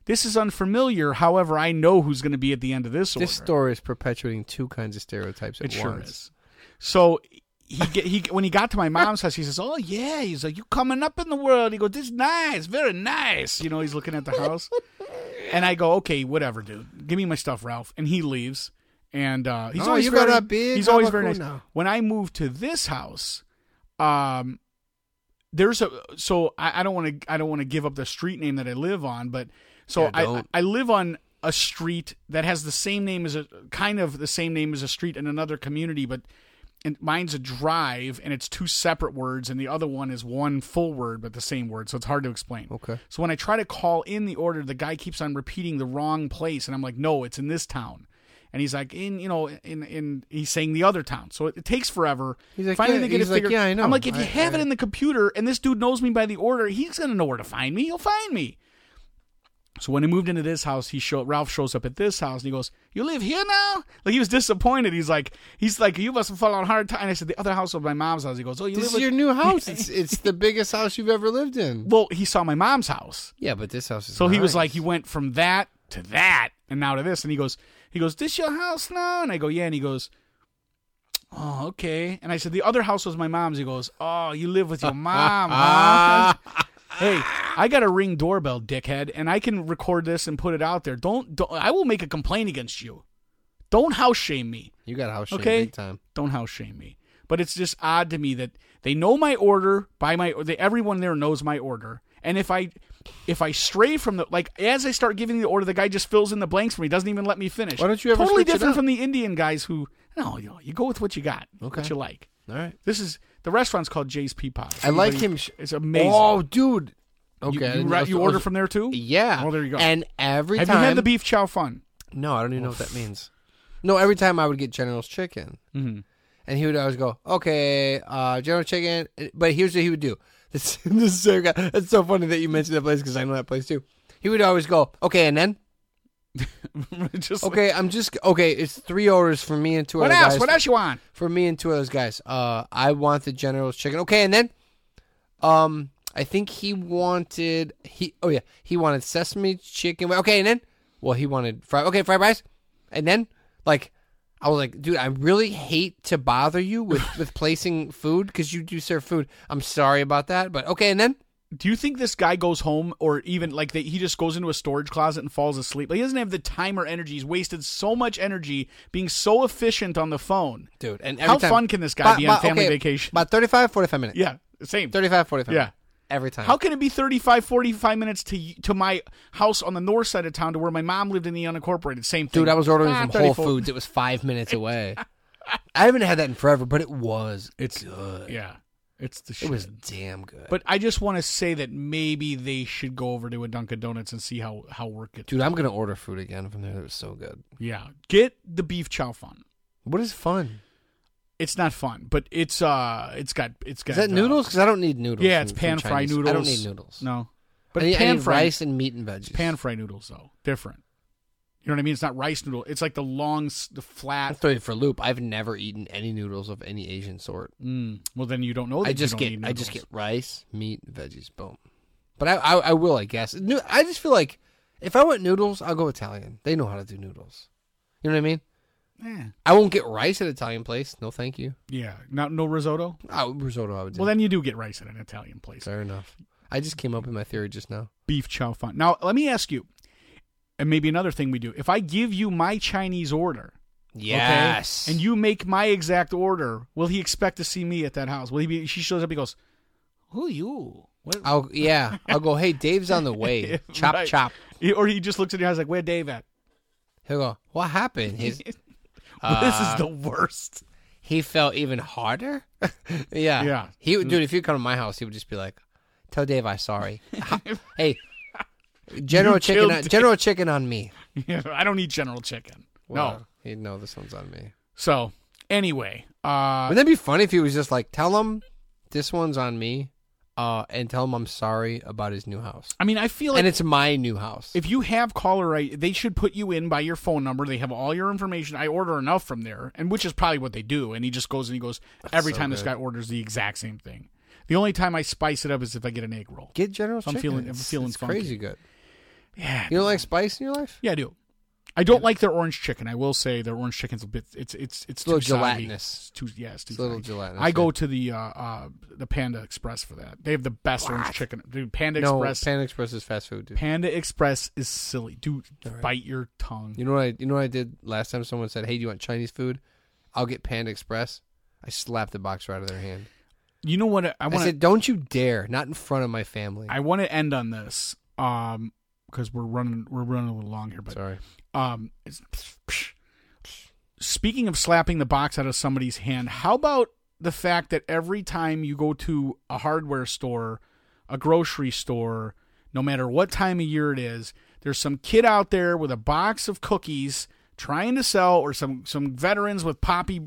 B: "This is unfamiliar." However, I know who's going to be at the end of this order.
C: this story is perpetuating two kinds of stereotypes at
B: It sure
C: once.
B: is. So he get, he when he got to my mom's house, he says, "Oh yeah," he's like, "You coming up in the world?" He goes, "This is nice, very nice." You know, he's looking at the house, and I go, "Okay, whatever, dude. Give me my stuff, Ralph." And he leaves, and uh, he's
C: Oh,
B: always
C: you
B: very,
C: got a big
B: he's always very
C: Habakkuk
B: nice.
C: now.
B: When I moved to this house, um, there's a so I, I don't want to I don't want to give up the street name that I live on, but so
C: Yeah,
B: I
C: don't.
B: I live on a street that has the same name as a kind of the same name as a street in another community, but and mine's a drive and it's two separate words and the other one is one full word but the same word so it's hard to explain
C: Okay.
B: so when i try to call in the order the guy keeps on repeating the wrong place and i'm like no it's in this town and he's like in you know in in he's saying the other town so it, it takes forever
C: He's like,
B: finally
C: yeah,
B: they get
C: he's
B: it
C: like,
B: figured
C: yeah, I know.
B: i'm like if you
C: I-
B: have
C: I-
B: it in the computer and this dude knows me by the order he's gonna know where to find me he'll find me so when he moved into this house, he show, Ralph shows up at this house and he goes, "You live here now?" Like he was disappointed. He's like, he's like, "You must have fallen on hard time." And I said, "The other house of my mom's house." He goes, "Oh, you
C: This
B: live
C: is your
B: with-"
C: new house. It's it's the biggest house you've ever lived in.
B: Well, he saw my mom's house,
C: Yeah, but this house is.
B: so he was
C: nice.
B: like, he went from that to that and now to this. And he goes, he goes, "This your house now?" And I go, "Yeah." And he goes, "Oh, okay." And I said, "The other house was my mom's." He goes, "Oh, you live with your mom?" huh?" hey, I got a ring doorbell, dickhead, and I can record this and put it out there. Don't, don't I will make a complaint against you. Don't house shame me.
C: you got a house shame
B: Okay.
C: big time.
B: Don't house shame me. But it's just odd to me that they know my order by my they, everyone there knows my order. And if I if I stray from the like as I start giving the order, the guy just fills in the blanks for me. Doesn't even let me finish.
C: Why don't you ever
B: totally
C: switch it
B: different
C: up?
B: from the Indian guys who no you, know, you go with what you got,
C: Okay.
B: what you like.
C: All right.
B: This is the restaurant's called Jay's Peapods.
C: I like
B: Everybody-
C: him. sh-
B: It's amazing.
C: Oh, dude. Okay.
B: You-
C: I
B: You,
C: didn't
B: ra-
C: know-
B: you
C: oh,
B: order from there too?
C: Yeah.
B: Oh, there you go.
C: And every
B: Have
C: time.
B: you had the beef chow fun?
C: No, I don't even know what that means. No, every time I would get General's Chicken,
B: Mhm.
C: and he would always go, "Okay, uh, General Chicken." But here's what he would do. This, this is so, that's so funny that you mentioned that place because I know that place too. He would always go, "Okay," and then,
B: Just
C: "Okay, I'm just okay." It's three orders for me and two
B: what
C: other
B: else?
C: guys.
B: What else you want?
C: For me and two of those guys. Uh, I want the General's Chicken. Okay, and then, um, I think he wanted he. Oh yeah, he wanted sesame chicken. Okay, and then, well, he wanted fried. Okay, fried rice, and then like. I was like, dude, I really hate to bother you with, with placing food because you do serve food. I'm sorry about that, but okay. And then
B: Do you think this guy goes home or even like that he just goes into a storage closet and falls asleep? Like, he doesn't have the time or energy. He's wasted so much energy being so efficient on the phone.
C: dude. And
B: How
C: every time-
B: fun can this guy
C: But-
B: be on
C: but-
B: family
C: okay,
B: vacation?
C: About 35, 45 minutes.
B: Yeah, same.
C: 35, 45
B: Yeah.
C: minutes. every time.
B: How can it be 35, 45 minutes to y- to my house on the north side of town to where my mom lived in the unincorporated? Same thing.
C: Dude, I was ordering
B: Ah,
C: from Whole
B: 34.
C: Foods. It was five minutes away. I haven't had that in forever, but it was. It's good.
B: Yeah, it's the shit.
C: It was damn good.
B: But I just want to say that maybe they should go over to a Dunkin' Donuts and see how how work it.
C: dude, I'm gonna order food again from there. It was so good.
B: Yeah, get the beef chow fun.
C: What is fun?
B: It's not fun, but it's uh, it's got it's got
C: Is that
B: uh,
C: noodles? Because I don't need noodles.
B: Yeah,
C: from-
B: it's
C: from
B: pan fry
C: Chinese.
B: noodles.
C: I don't need noodles.
B: No,
C: but
B: but
C: I need, I
B: pan
C: need
B: fry
C: rice and meat and veggies.
B: pan fry noodles though different. You know what I mean? It's not rice noodle. It's like the long, s- the
C: I'll
B: flat.
C: throw you for a loop. I've never eaten any noodles of any Asian sort.
B: Mm, well, then you don't know. That
C: I
B: you
C: just
B: don't
C: get
B: need
C: I just get
B: noodles.
C: rice, meat, veggies, boom. But I, I I will I guess. No, I just feel like if I want noodles, I'll go Italian. They know how to do noodles. You know what I mean?
B: Eh,
C: I won't get rice at an Italian place. No, thank you.
B: yeah, not no risotto.
C: Oh, risotto, I would. Do.
B: Well, then you do get rice at an Italian place.
C: fair enough. I just came up with my theory just now.
B: beef chow fun. Now, let me ask you, and maybe another thing we do. If I give you my Chinese order, okay, and you make my exact order, will he expect to see me at that house? Will he be? She shows up. He goes, "Who are you?" What?
C: I'll yeah. I'll go. Hey, Dave's on the way. chop
B: Right.
C: chop.
B: He- Or he just looks at your house like, "Where Dave at?"
C: He'll go. What happened? His,
B: this
C: uh,
B: is the worst.
C: he felt even harder.
B: Yeah.
C: yeah.
B: Mm.
C: He would, dude. If you come to my house, he would just be like, "Tell Dave I'm sorry." hey, General
B: You
C: Chicken.
B: killed
C: On,
B: Dave.
C: General Chicken on me.
B: I don't eat General Chicken. No.
C: Wow. He'd know this one's on me.
B: So anyway, uh,
C: Wouldn't that be funny if he was just like, "Tell him this one's on me," uh, and tell him I'm sorry about his new house.
B: I mean, I feel like
C: and it's my new house.
B: If you have caller ID, they should put you in by your phone number. They have all your information. I order enough from there, and which is probably what they do. And he just goes and he goes every
C: so
B: time this
C: good.
B: guy orders the exact same thing. The only time I spice it up is if I get an egg roll.
C: Get General
B: I'm
C: Chicken.
B: feeling- I'm
C: It's-
B: feeling
C: it's
B: funky.
C: crazy good.
B: Yeah,
C: You don't like spice in your life?
B: yeah, I do. I don't like their orange chicken. I will say their orange chicken's a bit. It's it's it's,
C: little
B: too soggy. It's
C: gelatinous.
B: too yeah, it's too
C: It's a little
B: soggy.
C: gelatinous,
B: I go
C: yeah.
B: to the uh, uh the Panda Express for that. They have the best orange chicken. Dude, Panda
C: no,
B: Express.
C: Panda Express is fast food, dude.
B: Panda Express is silly, dude. Bite your tongue.
C: you know what I? You know what I did last time? Someone said, "Hey, do you want Chinese food?" I'll get Panda Express. I slapped the box right out of their hand.
B: You know what? I
C: I,
B: want. to
C: said, "Don't you dare! Not in front of my family."
B: I want to end on this, um, because we're running we're running a little long here. But
C: Sorry.
B: um, it's- speaking of slapping the box out of somebody's hand, how about the fact that every time you go to a hardware store, a grocery store, no matter what time of year it is, there's some kid out there with a box of cookies trying to sell, or some some veterans with poppy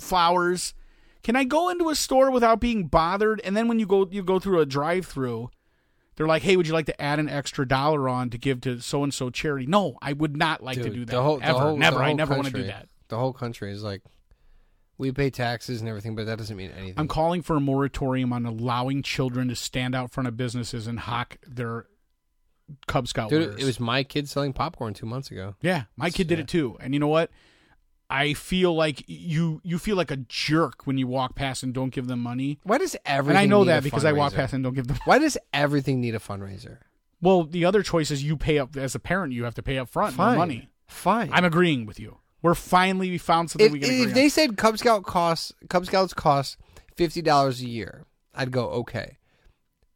B: flowers. Can I go into a store without being bothered? And then when you go you go through a drive-through, they're like, "Hey, would you like to add an extra dollar on to give to so and so charity?" No, I would not like to
C: Dude,
B: do that.
C: The whole,
B: ever,
C: the whole,
B: never.
C: the
B: I
C: whole
B: never want to
C: country,
B: do that.
C: The whole country is like, we pay taxes and everything, but that doesn't mean anything.
B: I'm calling for a moratorium on allowing children to stand out front of businesses and hawk their Cub Scout
C: Dude,
B: wares.
C: it was my kid selling popcorn two months ago.
B: yeah, my kid did
C: Yeah.
B: it too, and you know what? I feel like you you feel like a jerk when you walk past and don't give them money.
C: Why does
B: And
C: everything?
B: I know
C: need a
B: that because I walk
C: fundraiser?
B: past and don't give them.
C: Why does everything need a fundraiser?
B: Well, the other choice is you pay up as a parent. You have to pay up front the
C: Fine.
B: money.
C: Fine.
B: I'm agreeing with you. We're finally we found something
C: if,
B: we can
C: if
B: agree
C: they
B: on.
C: said Cub Scout costs Cub Scouts cost fifty dollars a year, I'd go okay.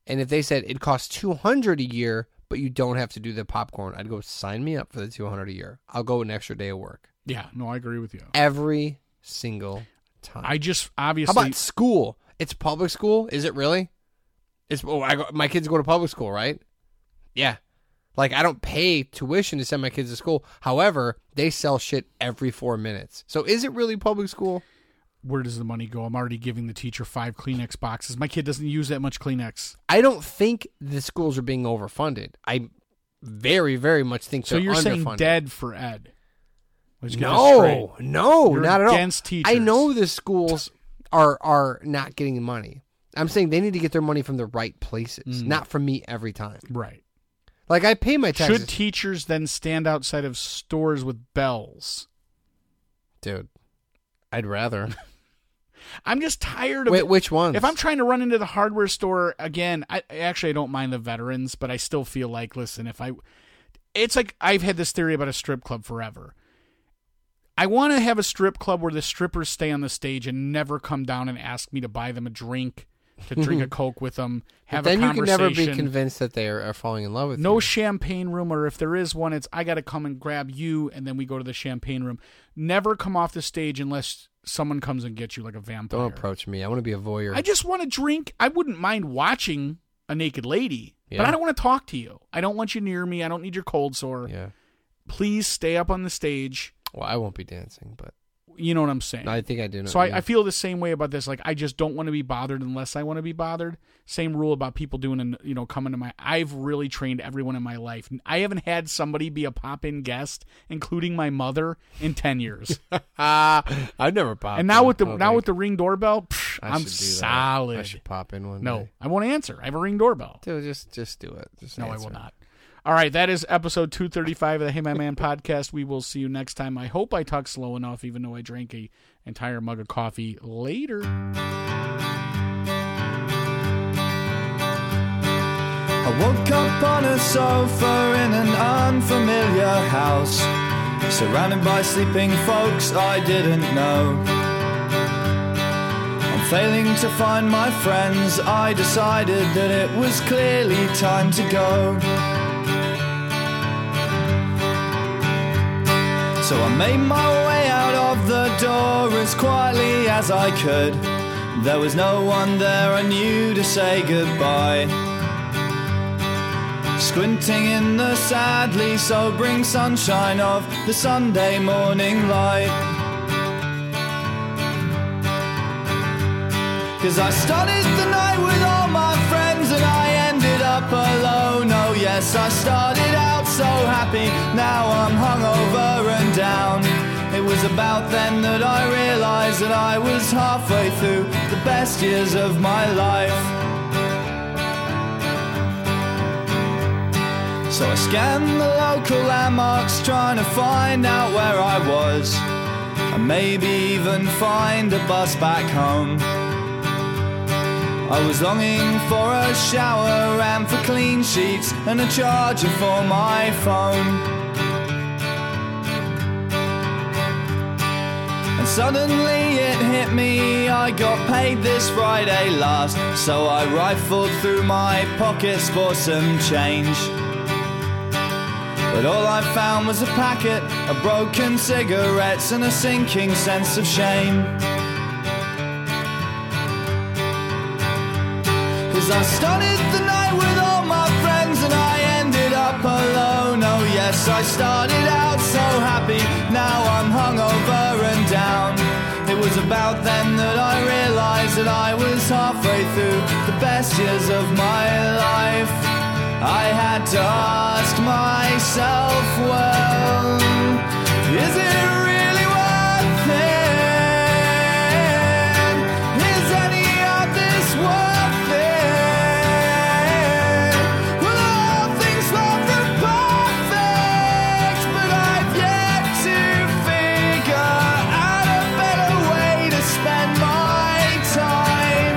C: And if they said it costs two hundred a year, but you don't have to do the popcorn, I'd go sign me up for the two hundred a year. I'll go an extra day of work
B: Yeah, no, I agree with you.
C: every single time.
B: I just
C: How
B: obviously
C: about school? It's public school. Is it really? It's oh, I go, my kids go to public school, right? Yeah. Like I don't pay tuition to send my kids to school. However, they sell shit every four minutes. So is it really public school?
B: where does the money go? I'm already giving the teacher five Kleenex boxes. My kid doesn't use that much Kleenex.
C: I don't think the schools are being overfunded. I very, very much think
B: So
C: they're
B: you're saying
C: underfunded.
B: dead for Ed? Let's get this straight.
C: No, no,
B: You're
C: not at all.
B: against teachers.
C: I know the schools are are not getting money. I'm saying they need to get their money from the right
B: Mm.
C: places, not from me every time.
B: right?
C: Like I pay my taxes,
B: Should teachers then stand outside of stores with bells?
C: dude. I'd rather.
B: I'm just tired of
C: Wait,
B: it.
C: which ones?
B: If I'm trying to run into the hardware store again, I I actually I don't mind the veterans, but I still feel like listen, if I it's like I've had this theory about a strip club forever. I want to have a strip club where the strippers stay on the stage and never come down and ask me to buy them a drink. to drink a Coke with them, have
C: then
B: a
C: you can
B: conversation.
C: never be convinced that they are, are falling in love with
B: no
C: you.
B: champagne room, or if there is one, it's I got to come and grab you, and then we go to the champagne room. Never come off the stage unless someone comes and gets you like a vampire.
C: Don't approach me. I want to be a voyeur.
B: I just want to drink. I wouldn't mind watching a naked lady, but
C: Yeah.
B: I don't want to talk to you. I don't want you near me. I don't need your cold sore.
C: yeah.
B: Please stay up on the stage.
C: Well, I won't be dancing, but
B: You know what I'm saying.
C: no, I think I do know.
B: so I,
C: yeah.
B: I feel the same way about this. Like I just don't want to be bothered unless I want to be bothered. Same rule about people doing and you know coming to my. I've really trained everyone in my life. I haven't had somebody be a pop in guest, including my mother, in ten years.
C: Ah, I've never popped.
B: and now
C: in.
B: with the
C: I don't
B: now
C: think
B: with the ring doorbell, psh,
C: I
B: I'm
C: should do that. I
B: solid.
C: should pop in one.
B: no,
C: day.
B: I won't answer. I have a ring doorbell.
C: Dude, just just do it. Just
B: No, I
C: answer
B: will
C: it.
B: not. All right, that is episode 235 of the Hey My Man podcast. We will see you next time. I hope I talk slow enough, even though I drank a entire mug of coffee later.
D: I woke up on a sofa in an unfamiliar house, surrounded by sleeping folks I didn't know. I'm failing to find my friends, I decided that it was clearly time to go. So I made my way out of the door as quietly as I could. There was no one there I knew to say goodbye. Squinting in the sadly sobering sunshine of the Sunday morning light. Cause I started the night with all my friends and I ended up alone. Oh, yes, I started out so happy, now I'm hungover and down. It was about then that I realized that I was halfway through the best years of my life. So I scanned the local landmarks trying to find out where I was. And maybe even find a bus back home. I was longing for a shower and for clean sheets and a charger for my phone. And suddenly it hit me, I got paid this Friday last. So I rifled through my pockets for some change. But all I found was a packet of broken cigarettes and a sinking sense of shame. Cause I started the night with all my friends and I ended up alone. Oh, yes, I started out so happy, now I'm hungover and down. It was about then that I realized that I was halfway through the best years of my life. I had to ask myself, well, is it really worth it? Is any of this worth it? Well, all things love the perfect, but I've yet to figure out a better way to spend my time.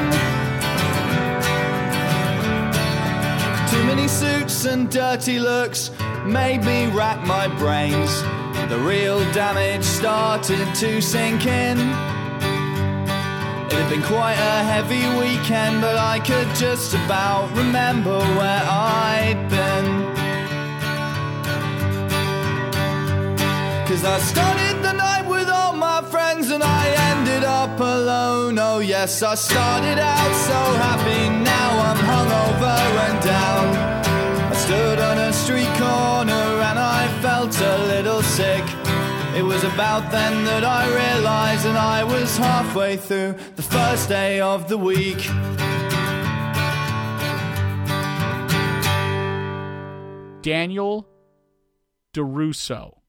D: Too many suits and dirty looks made me rack my brains. The real damage started to sink in. It had been quite a heavy weekend, but I could just about remember where I'd been. Cause I started the night with all my friends and I ended up alone. Oh, yes, I started out so happy, now I'm hungover and down. I stood on a street corner and I felt a little sick. It was about then that I realized that I was halfway through the first day of the week.
B: Daniel DeRusso.